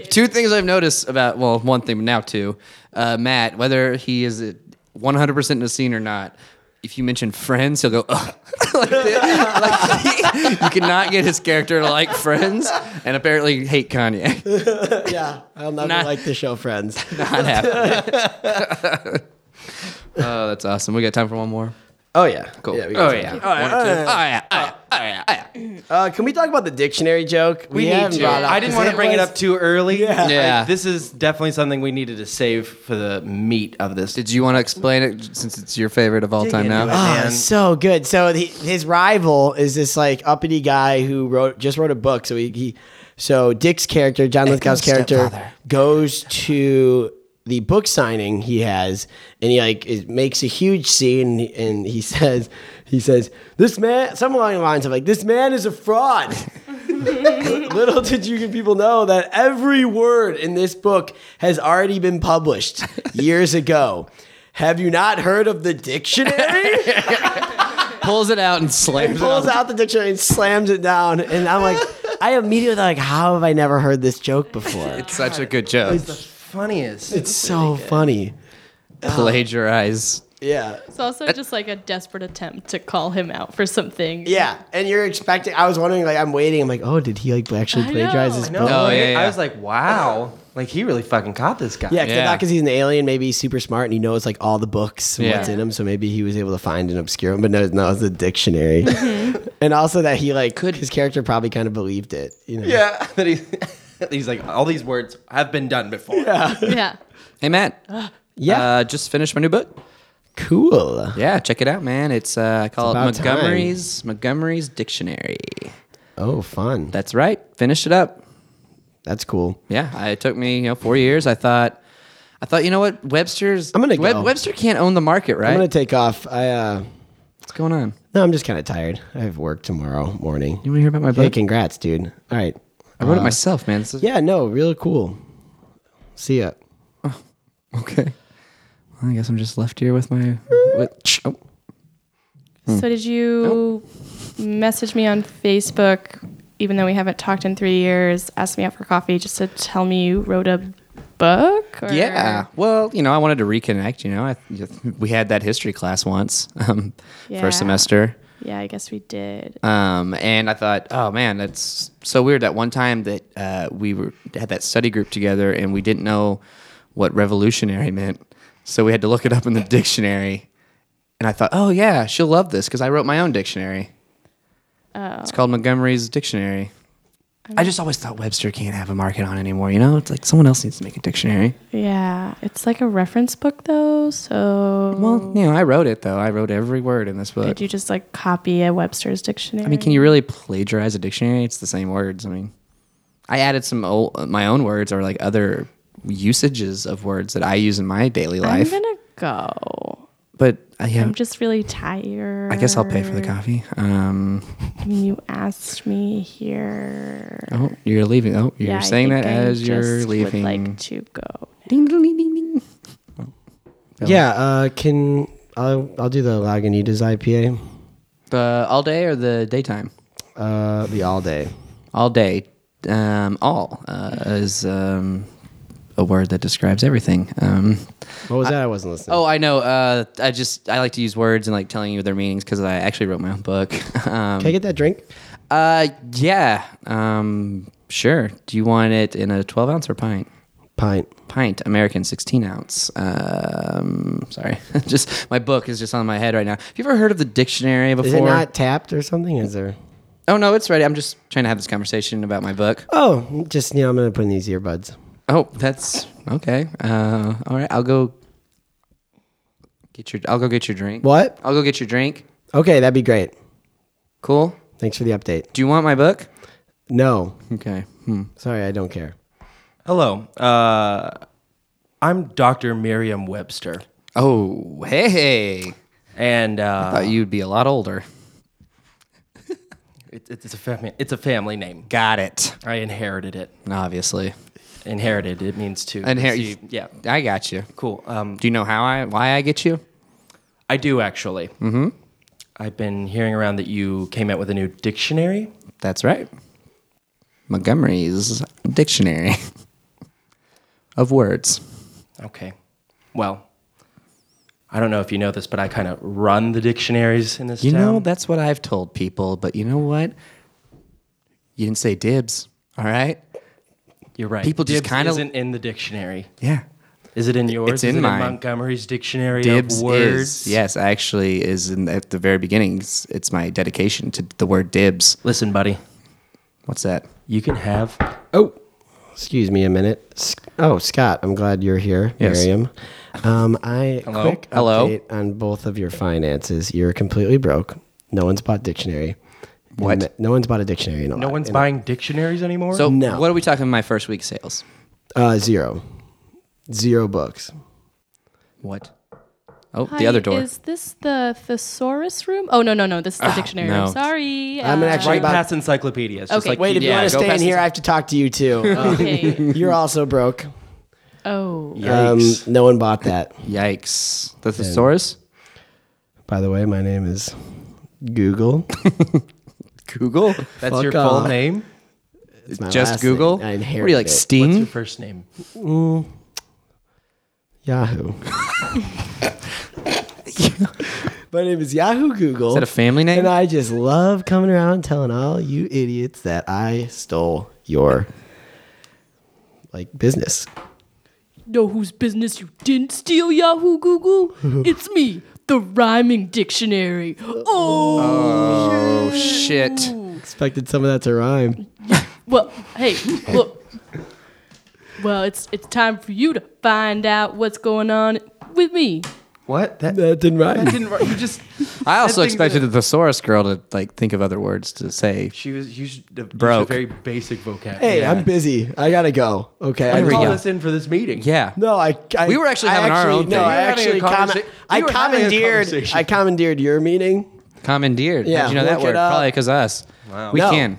Speaker 2: two things I've noticed about well, one thing, but now two. Uh, Matt, whether he is one hundred percent in the scene or not, if you mention Friends, he'll go Ugh. like, that. Like, he- you cannot get his character to like Friends, and apparently hate Kanye.
Speaker 3: yeah, I'll never
Speaker 2: Nah.
Speaker 3: like the show Friends.
Speaker 2: not happening. oh, that's awesome. We got time for one more.
Speaker 3: Oh yeah,
Speaker 2: Cool.
Speaker 3: Yeah, we
Speaker 2: oh,
Speaker 3: got time.
Speaker 2: yeah. oh yeah. Oh yeah. Oh yeah. Oh yeah. Oh yeah.
Speaker 3: Uh, can we talk about the dictionary joke?
Speaker 4: we need
Speaker 3: haven't
Speaker 4: to.
Speaker 3: brought up-
Speaker 4: I didn't want to bring it up too early. Yeah.
Speaker 2: Yeah.
Speaker 4: this is definitely something we needed to save for the meat of this.
Speaker 2: Did you want to explain it since it's your favorite of all time
Speaker 4: into
Speaker 2: now?
Speaker 4: it.
Speaker 3: Oh,
Speaker 4: man.
Speaker 3: so good. So the, his rival is this like uppity guy who wrote just wrote a book. So he, he so Dick's character, John Lithgow's character, goes to the book signing he has, and he like is, makes a huge scene, and he says, he says, this man, some along the lines of like, this man is a fraud. Little did you people know that every word in this book has already been published years ago. Have you not heard of the dictionary?
Speaker 2: Pulls it out and slams
Speaker 3: pulls
Speaker 2: it. on-
Speaker 3: out the dictionary and slams it down. And I'm like, I immediately thought, like, how have I never heard this joke before?
Speaker 2: It's such a good joke.
Speaker 4: Funniest.
Speaker 3: It's so funny.
Speaker 2: Plagiarize.
Speaker 3: Yeah.
Speaker 5: It's also just like a desperate attempt to call him out for something.
Speaker 3: Yeah. And you're expecting, I was wondering, like, I'm waiting. I'm like, oh, did he like actually
Speaker 5: I
Speaker 3: plagiarize
Speaker 5: know.
Speaker 3: his
Speaker 5: I
Speaker 3: book?
Speaker 2: Oh,
Speaker 4: I-
Speaker 2: yeah, yeah.
Speaker 4: I was like, wow. Like he really fucking caught this guy.
Speaker 3: Yeah, 'cause
Speaker 2: Yeah.
Speaker 3: not because he's an alien. Maybe he's super smart and he knows like all the books and
Speaker 2: Yeah.
Speaker 3: what's in them. So maybe he was able to find an obscure one, but no, no, it's a dictionary. and also that he like Mm-hmm. could his character probably kind of believed it. You know?
Speaker 4: Yeah. That he, he's like, all these words have been done before.
Speaker 5: Yeah.
Speaker 2: Hey, Matt.
Speaker 3: Yeah.
Speaker 2: Uh, just finished my new book.
Speaker 3: cool.
Speaker 2: Yeah, check it out, man. It's uh, I call
Speaker 3: It's
Speaker 2: it
Speaker 3: about time.
Speaker 2: Montgomery's Montgomery's Dictionary.
Speaker 3: Oh, fun.
Speaker 2: That's right. Finished it up.
Speaker 3: That's cool.
Speaker 2: Yeah, I- it took me you know four years. I thought, I thought you know what Webster's.
Speaker 3: I'm gonna go.
Speaker 2: Webster can't own the market, right?
Speaker 3: I'm gonna take off. I uh
Speaker 2: What's going on?
Speaker 3: no, I'm just kind of tired. I have work tomorrow morning.
Speaker 2: You want to hear about my
Speaker 3: Hey,
Speaker 2: book?
Speaker 3: congrats, dude. All right.
Speaker 2: I wrote it myself, man. This is-
Speaker 3: Yeah, no, real cool. See ya.
Speaker 2: Okay. Well, I guess I'm just left here with my. With, oh,
Speaker 3: Hmm.
Speaker 1: So did you message me on Facebook, even though we haven't talked in three years, ask me out for coffee just to tell me you wrote a book? Or?
Speaker 2: yeah. Well, you know, I wanted to reconnect. You know, I, we had that history class once, um,
Speaker 1: Yeah.
Speaker 2: first semester.
Speaker 1: Yeah, I guess we did.
Speaker 2: Um, and I thought, oh man, that's so weird. That one time that uh, we were had that study group together, and we didn't know what revolutionary meant, so we had to look it up in the dictionary. And I thought, oh yeah, she'll love this because I wrote my own dictionary. Oh. It's called Montgomery's Dictionary. I just always thought Webster can't have a market on anymore. You know, it's like someone else needs to make a dictionary.
Speaker 1: Yeah, it's like a reference book though, so
Speaker 2: Well, you know, I wrote it though. I wrote every word in this book.
Speaker 1: could you just like copy a Webster's dictionary?
Speaker 2: I mean, can you really plagiarize a dictionary? It's the same words. I mean, I added some old, my own words or like other usages of words that I use in my daily
Speaker 1: I'm
Speaker 2: life.
Speaker 1: gonna go.
Speaker 2: but I, yeah,
Speaker 1: I'm just really tired.
Speaker 2: I guess I'll pay for the coffee. Um,
Speaker 1: You asked me here.
Speaker 2: oh, you're leaving. Oh, you're
Speaker 1: Yeah, I
Speaker 2: saying
Speaker 1: think
Speaker 2: that
Speaker 1: I
Speaker 2: as you're
Speaker 1: just would
Speaker 2: leaving.
Speaker 1: like to go.
Speaker 2: Ding, ding, ding, ding, ding.
Speaker 3: Yeah, uh, can I'll I'll do the Lagunitas IPA,
Speaker 2: The all day or the daytime?
Speaker 3: uh, the all day.
Speaker 2: All day. Um, all uh, is um, a word that describes everything. Um,
Speaker 3: What was that? I wasn't listening.
Speaker 2: Oh, I know. Uh, I just I like to use words and like telling you their meanings because I actually wrote my own book. Um,
Speaker 3: Can I get that drink?
Speaker 2: uh, yeah. Um, sure. Do you want it in a twelve ounce or pint?
Speaker 3: Pint.
Speaker 2: Pint, American, sixteen ounce. Um, sorry, just my book is just on my head right now. Have you ever heard of the dictionary before?
Speaker 3: Is it not tapped or something? Is there?
Speaker 2: Oh no, it's ready. I'm just trying to have this conversation about my book.
Speaker 3: Oh, just you know, I'm gonna put in these earbuds.
Speaker 2: Oh, that's okay. Uh, all right, I'll go get your. I'll go get your drink.
Speaker 3: What?
Speaker 2: I'll go get your drink.
Speaker 3: Okay, that'd be great.
Speaker 2: Cool.
Speaker 3: Thanks for the update.
Speaker 2: Do you want my book?
Speaker 3: No,
Speaker 2: Okay. Hmm.
Speaker 3: sorry, I don't care.
Speaker 4: Hello. Uh, I'm Dr. Merriam Webster.
Speaker 2: Oh, hey.
Speaker 4: And uh,
Speaker 2: Thought you'd be a lot older.
Speaker 4: it, it's, a family, it's a family name.
Speaker 2: Got it.
Speaker 4: I inherited it.
Speaker 2: Obviously.
Speaker 4: Inherited, it means to.
Speaker 2: Inherit.
Speaker 4: receive. Yeah,
Speaker 2: I got you.
Speaker 4: cool. Um,
Speaker 2: Do you know how I why I get you?
Speaker 4: I do actually. Mm-hmm. I've been hearing around that you came out with a new dictionary.
Speaker 2: That's right. Montgomery's dictionary of words.
Speaker 4: Okay. Well, I don't know if you know this, but I kind of run the dictionaries in this
Speaker 2: You
Speaker 4: town.
Speaker 2: know, that's what I've told people, but you know what? You didn't say dibs, all right?
Speaker 4: You're right.
Speaker 2: people just
Speaker 4: Dibs
Speaker 2: kinda-
Speaker 4: isn't in the dictionary.
Speaker 2: Yeah.
Speaker 4: Is it in yours?
Speaker 2: It's
Speaker 4: is
Speaker 2: in
Speaker 4: it
Speaker 2: mine.
Speaker 4: in Montgomery's dictionary
Speaker 2: Dibs
Speaker 4: of words.
Speaker 2: is yes, actually is in at the very beginning. It's, it's my dedication to the word dibs.
Speaker 4: Listen, buddy.
Speaker 2: What's that?
Speaker 4: You can have
Speaker 3: Oh, excuse me a minute. S- Oh, Scott, I'm glad you're here,
Speaker 2: Yes.
Speaker 3: Miriam. Um, I
Speaker 4: Hello?
Speaker 3: quick
Speaker 2: Hello?
Speaker 3: update on both of your finances. You're completely broke. No one's bought dictionary.
Speaker 2: What?
Speaker 3: And No one's bought a dictionary in a
Speaker 4: no
Speaker 3: lot-
Speaker 4: one's
Speaker 3: in a-
Speaker 4: buying dictionaries anymore.
Speaker 2: So,
Speaker 3: No.
Speaker 2: what are we talking my first week sales?
Speaker 3: Uh, zero. Zero books.
Speaker 2: What? Oh, the other door. Ah,
Speaker 5: Is this the thesaurus room? Oh no no no! This is the dictionary
Speaker 2: no.
Speaker 5: room. Sorry. Uh,
Speaker 3: I'm gonna actually
Speaker 4: right
Speaker 3: about-
Speaker 4: past encyclopedia.
Speaker 5: okay.
Speaker 2: like-
Speaker 3: Wait, if
Speaker 2: Yeah,
Speaker 3: you want to
Speaker 2: go
Speaker 3: stay in
Speaker 2: past
Speaker 3: here,
Speaker 2: this-
Speaker 3: I have to talk to you too. Uh,
Speaker 5: okay.
Speaker 3: you're also broke.
Speaker 5: Oh.
Speaker 3: Um,
Speaker 4: Yikes.
Speaker 3: no one bought that.
Speaker 2: Yikes. The thesaurus?
Speaker 3: By the way, my name is Google.
Speaker 2: Google?
Speaker 4: That's your
Speaker 3: fuck
Speaker 4: full
Speaker 3: off.
Speaker 4: name.
Speaker 3: It's my
Speaker 2: Just
Speaker 3: last name.
Speaker 2: Google?
Speaker 3: I
Speaker 2: what are you like,
Speaker 3: inherited it.
Speaker 2: Steam?
Speaker 4: What's your first name?
Speaker 3: Yahoo. My name is Yahoo Google.
Speaker 2: Is that a family name?
Speaker 3: And I just love coming around and telling all you idiots that I stole your like business.
Speaker 5: Know whose business you didn't steal, Yahoo Google? it's me, the rhyming dictionary. Oh.
Speaker 2: oh, shit.
Speaker 3: Expected some of that to rhyme.
Speaker 5: Well, hey, look. Well, it's it's time for you to find out what's going on with me.
Speaker 4: What? That
Speaker 3: That didn't rhyme.
Speaker 4: didn't. ri- You just.
Speaker 2: I also
Speaker 4: thing
Speaker 2: expected the thesaurus girl to like think of other words to say.
Speaker 4: She was. You should have
Speaker 2: Broke.
Speaker 4: very basic vocab.
Speaker 3: hey,
Speaker 2: Yeah.
Speaker 3: I'm busy. I gotta go. Okay. I
Speaker 4: I
Speaker 3: just-
Speaker 4: called
Speaker 2: go.
Speaker 4: us in for this meeting.
Speaker 2: Yeah.
Speaker 3: no, I, I.
Speaker 2: We were actually
Speaker 3: I
Speaker 2: having our own
Speaker 3: No,
Speaker 2: thing.
Speaker 3: I
Speaker 4: We were having a
Speaker 3: actually. comma-
Speaker 4: conversa-
Speaker 3: I
Speaker 4: we were having a
Speaker 3: commandeered.
Speaker 4: conversation.
Speaker 3: I commandeered your meeting.
Speaker 2: Commandeered.
Speaker 3: Yeah,
Speaker 2: How'd you know that
Speaker 3: look it
Speaker 2: word?
Speaker 3: up.
Speaker 2: Probably because us. Wow. We
Speaker 3: No.
Speaker 2: can.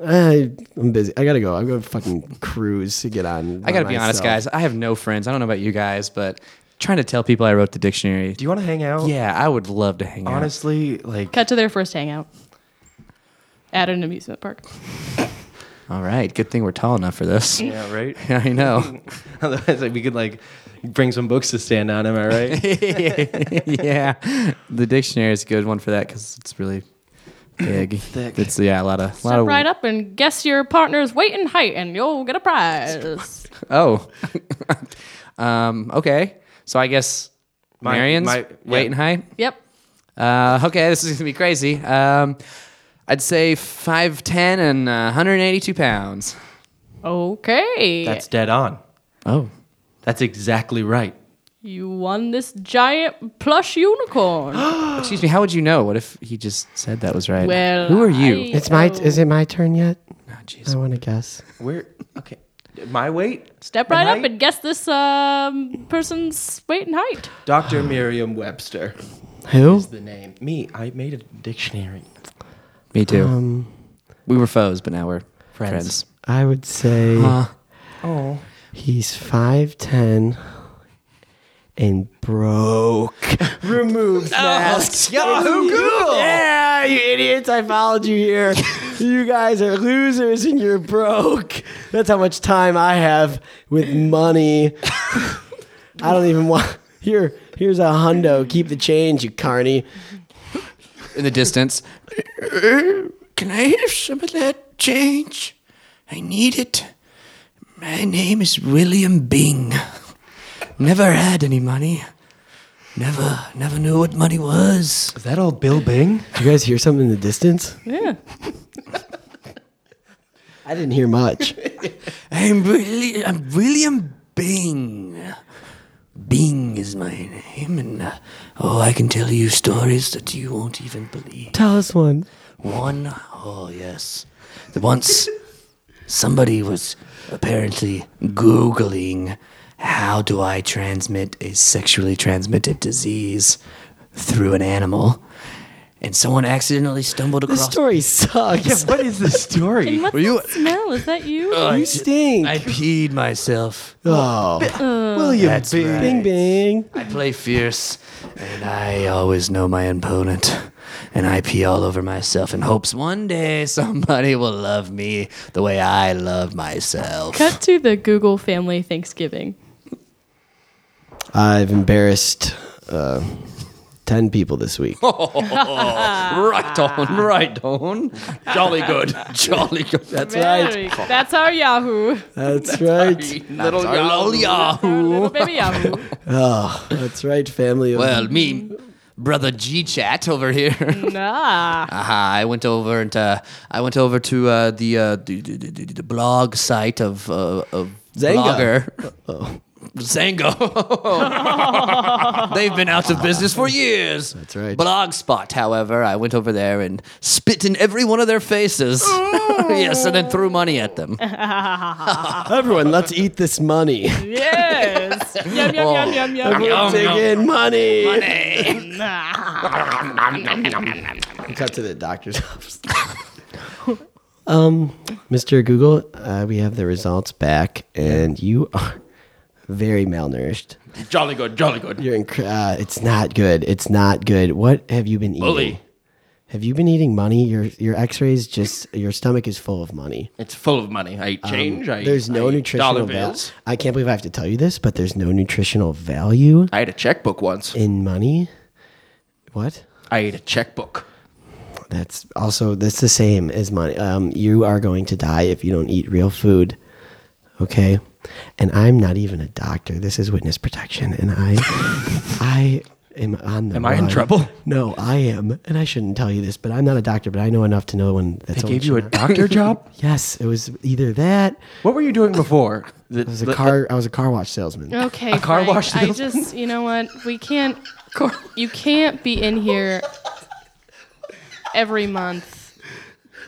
Speaker 3: I, Uh, I'm busy. I gotta go. I'm going to fucking cruise to get on.
Speaker 2: I got to be honest, guys. I have no friends. I don't know about you guys, but trying to tell people I wrote the dictionary.
Speaker 4: Do you want to hang out?
Speaker 2: yeah, I would love to hang out.
Speaker 4: Honestly, like
Speaker 5: Cut to their first hangout at an amusement park.
Speaker 2: All right. Good thing we're tall enough for this.
Speaker 4: yeah, right.
Speaker 2: Yeah, I know.
Speaker 4: Otherwise, like, we could like bring some books to stand on. Am I right?
Speaker 2: yeah, the dictionary is a good one for that because it's really big. It's yeah, a lot of lot
Speaker 5: Step
Speaker 2: of.
Speaker 5: right up and guess your partner's weight and height, and you'll get a prize.
Speaker 2: Oh, um, okay. So I guess
Speaker 4: My-
Speaker 2: Marion's
Speaker 4: my-
Speaker 2: weight
Speaker 4: yeah.
Speaker 2: and height.
Speaker 5: yep.
Speaker 2: Uh, okay, this is gonna be crazy. Um, I'd say 5'10 and uh, 182 pounds.
Speaker 5: Okay.
Speaker 4: That's dead on.
Speaker 2: Oh.
Speaker 4: That's exactly right.
Speaker 5: you won this giant plush unicorn.
Speaker 2: Excuse me, how would you know? What if he just said that was right?
Speaker 5: Well,
Speaker 2: Who are you?
Speaker 5: I-
Speaker 3: It's my.
Speaker 5: Oh.
Speaker 3: Is it my turn yet?
Speaker 2: Oh, jeez.
Speaker 3: I want to guess.
Speaker 4: Where? Okay. My weight?
Speaker 5: Step right up
Speaker 4: height?
Speaker 5: and guess this um, person's weight and height.
Speaker 4: Dr. Merriam Webster.
Speaker 3: Who?
Speaker 4: The name. Me. I made a dictionary.
Speaker 2: Me too. we were foes, but now we're friends.
Speaker 3: I would say
Speaker 2: Uh,
Speaker 3: he's five ten and broke. Removes masks.
Speaker 2: Yahoo Google!
Speaker 3: Yeah, you idiots! I followed you here. you guys are losers and you're broke. That's how much time I have with money. I don't even want. Here, here's a hundo. Keep the change, you carny.
Speaker 2: In the distance.
Speaker 6: "Uh, Can I have some of that change? I need it. My name is William Bing. Never had any money. Never, never knew what money was.
Speaker 4: Is that old Bill Bing?
Speaker 3: Did you guys hear something in the distance?
Speaker 5: Yeah.
Speaker 3: I didn't hear much.
Speaker 6: I'm really, I'm William Bing. Bing is my name, and uh, oh, I can tell you stories that you won't even believe.
Speaker 3: Tell us one.
Speaker 6: One, oh yes. The once somebody was apparently Googling how do I transmit a sexually transmitted disease through an animal? And someone accidentally stumbled
Speaker 3: The
Speaker 6: across
Speaker 3: story sucks.
Speaker 4: What is the story?
Speaker 5: What's
Speaker 6: you-
Speaker 5: that smell? Is that you?
Speaker 3: you stink.
Speaker 6: I peed myself.
Speaker 3: oh,
Speaker 6: William That's right.
Speaker 3: bing bing.
Speaker 6: I play fierce, and I always know my opponent. And I pee all over myself in hopes one day somebody will love me the way I love myself.
Speaker 5: Cut to the Google family Thanksgiving.
Speaker 3: I've embarrassed uh, ten people this week.
Speaker 2: Right on, right on. Jolly good. Jolly good. That's
Speaker 5: Very- That's our Yahoo.
Speaker 3: That's right.
Speaker 2: little Yahoo.
Speaker 5: Our little baby Yahoo.
Speaker 3: Oh, that's right, family. of-
Speaker 2: Well, me, brother G Chat over here.
Speaker 5: Mm-hmm. Nah.
Speaker 2: Aha, I went over and uh, I went over to uh, the, uh, the, the, the the blog site of uh, of
Speaker 3: Zanga.
Speaker 2: blogger. Zango. They've been out of business for years. That's
Speaker 3: right.
Speaker 2: Blogspot, however, I went over there and spit in every one of their faces. yes, and then threw money at them.
Speaker 3: everyone, let's eat this money.
Speaker 5: Yes. yum, yum, yum, yum, yum.
Speaker 3: Everyone take in money. Cut to the doctor's office. um, Mr. Google, uh, we have the results back, and you are very malnourished.
Speaker 4: jolly good, jolly good.
Speaker 3: You're inc- uh, it's not good. It's not good. What have you been eating?
Speaker 4: Bully.
Speaker 3: Have you been eating money? Your your X-rays just your stomach is full of money.
Speaker 4: It's full of money. I eat change. I
Speaker 3: Um, There's
Speaker 4: eat-
Speaker 3: no
Speaker 4: I eat
Speaker 3: nutritional
Speaker 4: dollar
Speaker 3: value.
Speaker 4: bills.
Speaker 3: I can't believe I have to tell you this, but there's no nutritional value
Speaker 4: I had a checkbook once.
Speaker 3: in money. What?
Speaker 4: I ate a checkbook.
Speaker 3: That's also that's the same as money. Um, you are going to die if you don't eat real food. Okay, and I'm not even a doctor. This is witness protection, and I, I am on the.
Speaker 4: Am I in
Speaker 3: run.
Speaker 4: trouble?
Speaker 3: No, I am, and I shouldn't tell you this, but I'm not a doctor, but I know enough to know when. That's
Speaker 4: They
Speaker 3: all
Speaker 4: gave you a
Speaker 3: should know.
Speaker 4: doctor job?
Speaker 3: Yes, it was either that.
Speaker 4: What were you doing before? The,
Speaker 3: I was a car.
Speaker 4: uh,
Speaker 3: I was a car wash salesman.
Speaker 1: Okay,
Speaker 4: car
Speaker 1: Frank,
Speaker 4: wash
Speaker 1: I
Speaker 4: deal?
Speaker 1: just, you know what? We can't. You can't be in here
Speaker 5: Every month.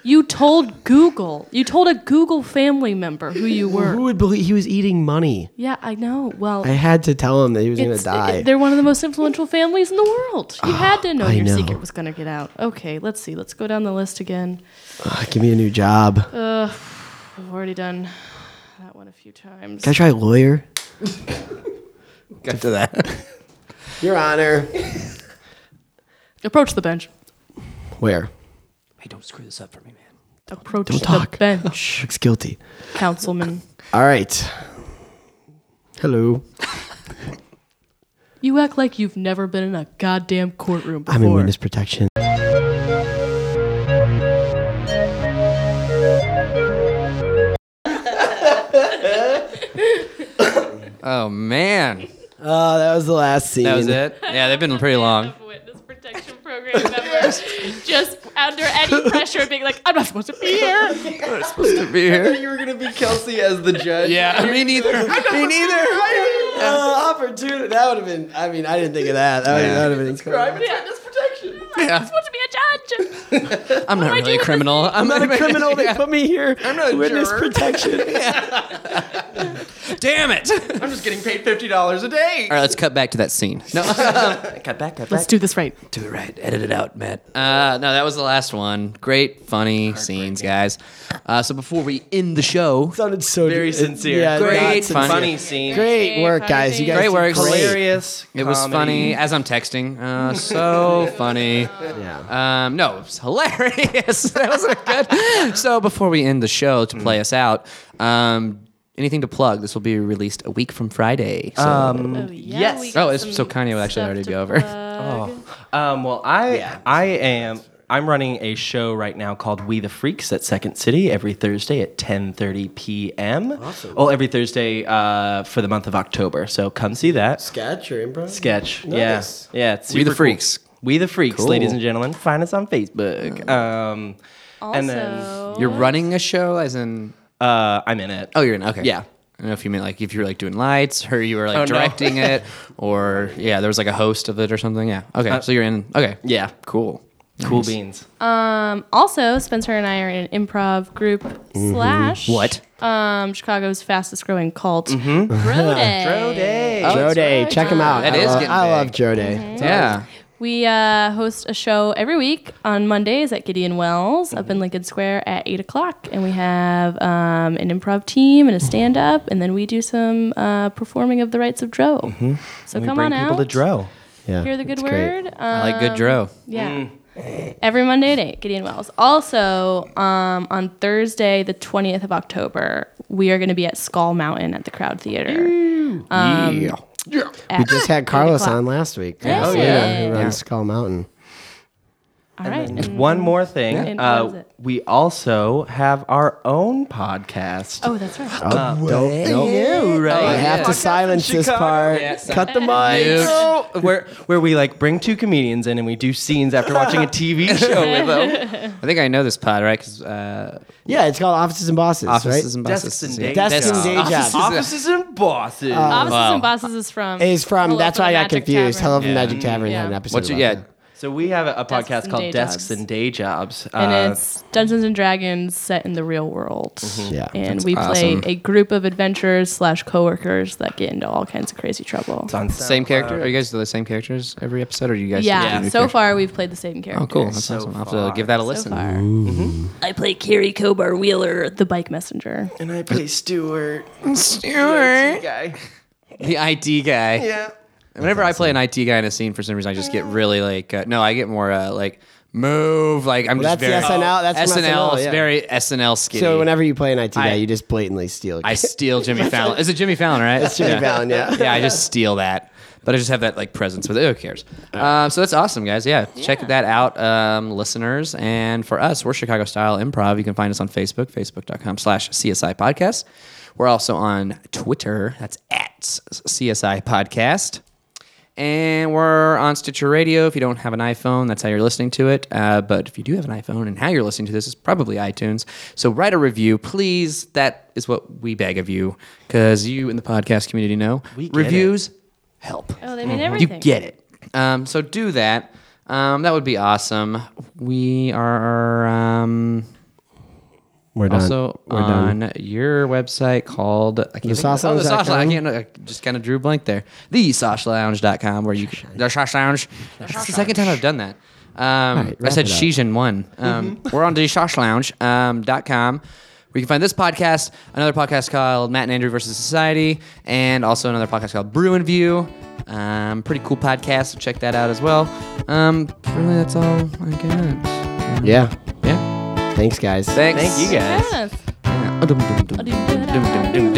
Speaker 5: You told Google. You told a Google family member who you
Speaker 3: Who
Speaker 5: were.
Speaker 3: would believe he was eating money?
Speaker 5: Yeah, I know. Well,
Speaker 3: I had to tell him that he was going to
Speaker 5: it's-
Speaker 3: die.
Speaker 5: it- they're one of the most influential families in the world. You had to know
Speaker 3: I
Speaker 5: your
Speaker 3: know.
Speaker 5: secret was going to get out. Okay, let's see. Let's go down the list again.
Speaker 3: Ugh, give me a new job.
Speaker 5: Uh,
Speaker 3: Can
Speaker 5: I've already done that one a few times.
Speaker 3: I try lawyer?
Speaker 2: Cut to that.
Speaker 3: Your Honor.
Speaker 5: Approach the bench.
Speaker 3: Where?
Speaker 6: Hey, don't screw this up for me, man.
Speaker 5: Approach
Speaker 3: Don't
Speaker 5: the
Speaker 3: talk.
Speaker 5: bench,
Speaker 3: Looks guilty.
Speaker 5: councilman.
Speaker 3: All right. Hello.
Speaker 5: You act like you've never been in a goddamn courtroom before.
Speaker 3: I'm in witness protection.
Speaker 2: Oh man,
Speaker 7: Ah,
Speaker 3: Oh, that was the last scene.
Speaker 2: that was it. Yeah, they've been pretty long.
Speaker 1: witness protection program members. just
Speaker 5: under any pressure of being like, I'm not supposed to be here.
Speaker 2: supposed to be here.
Speaker 4: you were gonna be Kelsey as the judge.
Speaker 2: Yeah, me neither. Me neither.
Speaker 7: Uh, opportunity. That would have been. I mean, I didn't think of that. That
Speaker 2: Yeah.
Speaker 7: would have been incredible.
Speaker 4: Private witness protection.
Speaker 5: I'm supposed to be a judge.
Speaker 2: I'm not really a criminal. I'm not a
Speaker 7: Criminal, they put me here. I'm
Speaker 2: not a
Speaker 7: witness
Speaker 2: juror.
Speaker 7: protection.
Speaker 2: Damn it! All
Speaker 4: I'm just getting paid fifty dollars a day.
Speaker 2: right, let's cut back to that scene. No,
Speaker 4: Cut back, cut
Speaker 1: Let's do this right.
Speaker 2: do it right. Edit it out, Matt. Uh, no, that was the last one. Great, funny scenes, guys. Uh, so before we end the show,
Speaker 7: Sounded so
Speaker 4: Very
Speaker 7: it-
Speaker 4: sincere.
Speaker 7: yeah,
Speaker 2: Great,
Speaker 7: not
Speaker 2: funny.
Speaker 4: Funny scene.
Speaker 7: Great work,
Speaker 5: Funny
Speaker 7: guys. You guys
Speaker 2: Great
Speaker 7: did
Speaker 2: work.
Speaker 4: Hilarious.
Speaker 2: It was funny
Speaker 4: comedy.
Speaker 2: as I'm texting. Uh, so funny. Yeah. Um, no, it was hilarious. that wasn't good. So before we end the show to play us out, um, anything to plug? This will be released a week from Friday. So.
Speaker 4: Um,
Speaker 5: Mm. yes.
Speaker 2: oh, it's, so Kanye will actually already be over.
Speaker 4: um, well, I I am. I'm running a show right now called We the Freaks at Second City every Thursday at 10:30 p.m. Awesome. Well, every Thursday uh, for the month of October. So come see that
Speaker 7: Sketch or improv?
Speaker 4: sketch.
Speaker 7: Nice.
Speaker 4: Yeah, yeah. It's
Speaker 2: We the
Speaker 4: super cool.
Speaker 2: Freaks.
Speaker 4: We the Freaks,
Speaker 2: Cool.
Speaker 4: ladies and gentlemen. Find us on Facebook. Um, and then
Speaker 5: Also-
Speaker 2: You're running a show, as in.
Speaker 4: uh, I'm in it.
Speaker 2: Oh, you're in. Okay.
Speaker 4: Yeah.
Speaker 2: I don't know if you meant like if you were like doing lights or you were like
Speaker 4: Oh, no.
Speaker 2: directing it or yeah, there was like a host of it or something. Yeah. Okay. so you're in. Okay.
Speaker 4: Yeah.
Speaker 2: Cool.
Speaker 4: Cool beans.
Speaker 5: Um, also, Spencer and I are in an improv group slash
Speaker 2: What? Mm-hmm.
Speaker 5: Um, Chicago's fastest growing cult, Bro Day.
Speaker 7: Joe Day.
Speaker 5: right.
Speaker 7: Check him out.
Speaker 2: Oh, That
Speaker 7: I
Speaker 2: is
Speaker 7: love,
Speaker 2: getting
Speaker 7: I
Speaker 2: big.
Speaker 7: love Joe Day.
Speaker 2: Yeah.
Speaker 5: We uh, host a show every week on Mondays at Gideon Wells up
Speaker 4: Mm-hmm.
Speaker 5: in Lincoln Square at eight o'clock, and we have um, an improv team and a stand up, and then we do some uh, performing of the rites of Dro. So
Speaker 4: Mm-hmm. We
Speaker 5: come
Speaker 4: bring
Speaker 5: on
Speaker 4: people
Speaker 5: out,
Speaker 4: to Dro.
Speaker 7: Yeah.
Speaker 5: hear the good
Speaker 7: it's great.
Speaker 5: word. um,
Speaker 2: I like good dro.
Speaker 5: Yeah.
Speaker 4: Mm.
Speaker 5: Every Monday at 8, Gideon Wells. Also, um, on Thursday, the 20th of October, we are going to be at Skull Mountain at the Crowd Theater. um,
Speaker 2: yeah.
Speaker 7: We just had Carlos on last week.
Speaker 5: Oh,
Speaker 7: He
Speaker 5: yeah.
Speaker 7: runs Skull Mountain.
Speaker 5: All right.
Speaker 4: And one more thing.
Speaker 5: And
Speaker 4: Uh,
Speaker 5: what is it?
Speaker 4: we also have our own podcast.
Speaker 5: Oh, that's right.
Speaker 7: Nope, nope. I have to silence this part. Cut the mic.
Speaker 4: No, where where we like bring two comedians in and we do scenes after watching a TV show with them.
Speaker 2: I think I know this pod, right? Because uh,
Speaker 7: Yeah, it's called Offices and Bosses,
Speaker 2: offices
Speaker 7: right?
Speaker 2: and
Speaker 4: Desks
Speaker 2: bosses.
Speaker 4: and
Speaker 2: yeah.
Speaker 4: day
Speaker 7: Desks and
Speaker 4: jobs.
Speaker 7: day jobs.
Speaker 4: Offices- Offices and bosses.
Speaker 5: Offices and Bosses is from.
Speaker 7: Is from
Speaker 5: Hello
Speaker 7: that's
Speaker 5: from
Speaker 7: why I
Speaker 5: the
Speaker 7: got
Speaker 5: Magic
Speaker 7: confused.
Speaker 5: Tavern.
Speaker 7: Hello from Magic Tavern had an
Speaker 5: Yeah.
Speaker 7: episode.
Speaker 2: What's your,
Speaker 7: about
Speaker 2: yeah?
Speaker 7: that.
Speaker 4: so we have a, a podcast
Speaker 5: and
Speaker 4: called
Speaker 5: Day
Speaker 4: Desks
Speaker 5: Jobs.
Speaker 4: and Day Jobs.
Speaker 5: and
Speaker 4: Uh,
Speaker 5: it's Dungeons and Dragons set in the real world.
Speaker 7: Yeah.
Speaker 5: And we play a group of adventurers slash coworkers that get into all kinds of crazy trouble.
Speaker 4: it's on
Speaker 2: Same
Speaker 4: SoundCloud.
Speaker 2: character? Are you guys the same characters every episode, or you guys? do
Speaker 5: Yeah,
Speaker 2: new
Speaker 5: so
Speaker 2: characters?
Speaker 5: far we've played the same character.
Speaker 2: Oh, cool. That's
Speaker 4: So
Speaker 2: awesome. I'll have
Speaker 4: far.
Speaker 2: to give that a
Speaker 5: So
Speaker 2: listen.
Speaker 5: far. I play Carrie Cobar Wheeler, the bike messenger.
Speaker 4: And I play Stuart.
Speaker 2: Stuart,
Speaker 4: guy.
Speaker 2: the IT guy.
Speaker 4: Yeah.
Speaker 2: Whenever I play an IT guy in a scene, for some reason, I just get really like uh, no, I get more uh, like move. Like I'm
Speaker 7: Well,
Speaker 2: just
Speaker 7: that's
Speaker 2: very
Speaker 7: SNL. That's from
Speaker 2: SNL. It's
Speaker 7: yeah.
Speaker 2: very SNL skinny.
Speaker 7: So whenever you play an IT guy,
Speaker 2: I-
Speaker 7: you just blatantly steal.
Speaker 2: I steal Jimmy Fallon. Is it Jimmy Fallon, right? It's
Speaker 7: Jimmy Fallon, yeah.
Speaker 2: yeah, I just steal that. But I just have that like presence with it. Who cares? Um, so that's awesome, guys. Yeah, check that out, um, listeners. And for us, we're Chicago Style Improv. You can find us on Facebook, facebook.com slash CSI Podcast. We're also on Twitter. That's at CSI Podcast. And we're on Stitcher Radio. If you don't have an iPhone, that's how you're listening to it. Uh, but if you do have an iPhone and how you're listening to this is probably iTunes. So write a review, please. That is what we beg of you because you in the podcast community know
Speaker 4: get
Speaker 2: reviews help.
Speaker 5: Oh, they mean
Speaker 2: You
Speaker 5: everything.
Speaker 2: get it. Um, so do that. Um, that would be awesome. We are um,
Speaker 7: We're done.
Speaker 2: also
Speaker 7: We're
Speaker 2: on
Speaker 7: done.
Speaker 2: your website called I can't think-
Speaker 7: Sauce
Speaker 2: oh, the
Speaker 7: Lounge.com.
Speaker 2: Sauce Lounge. I can't know. I just kind of drew a blank there. The saucelounge.com where you can, the Sauce Lounge. That's the second time I've done that. Um, I
Speaker 7: wrap
Speaker 2: said
Speaker 7: it up.
Speaker 2: Shijin one. Um, We're on the Sauce Lounge um, dot com. Where you can find this podcast, another podcast called Matt and Andrew versus Society, and also another podcast called Brew and View. Um, pretty cool podcast, so check that out as well. Um, really, that's all I got.
Speaker 7: Yeah.
Speaker 2: Yeah.
Speaker 7: Thanks, guys.
Speaker 2: Thanks.
Speaker 4: Thank you guys.
Speaker 5: Yes.
Speaker 2: Yeah. Dum, dum, dum.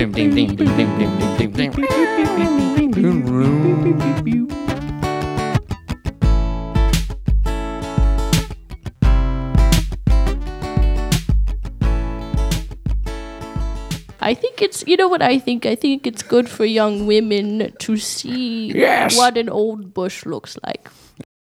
Speaker 5: I think it's you know what I think. I think it's good for young women to see what an old bush looks like.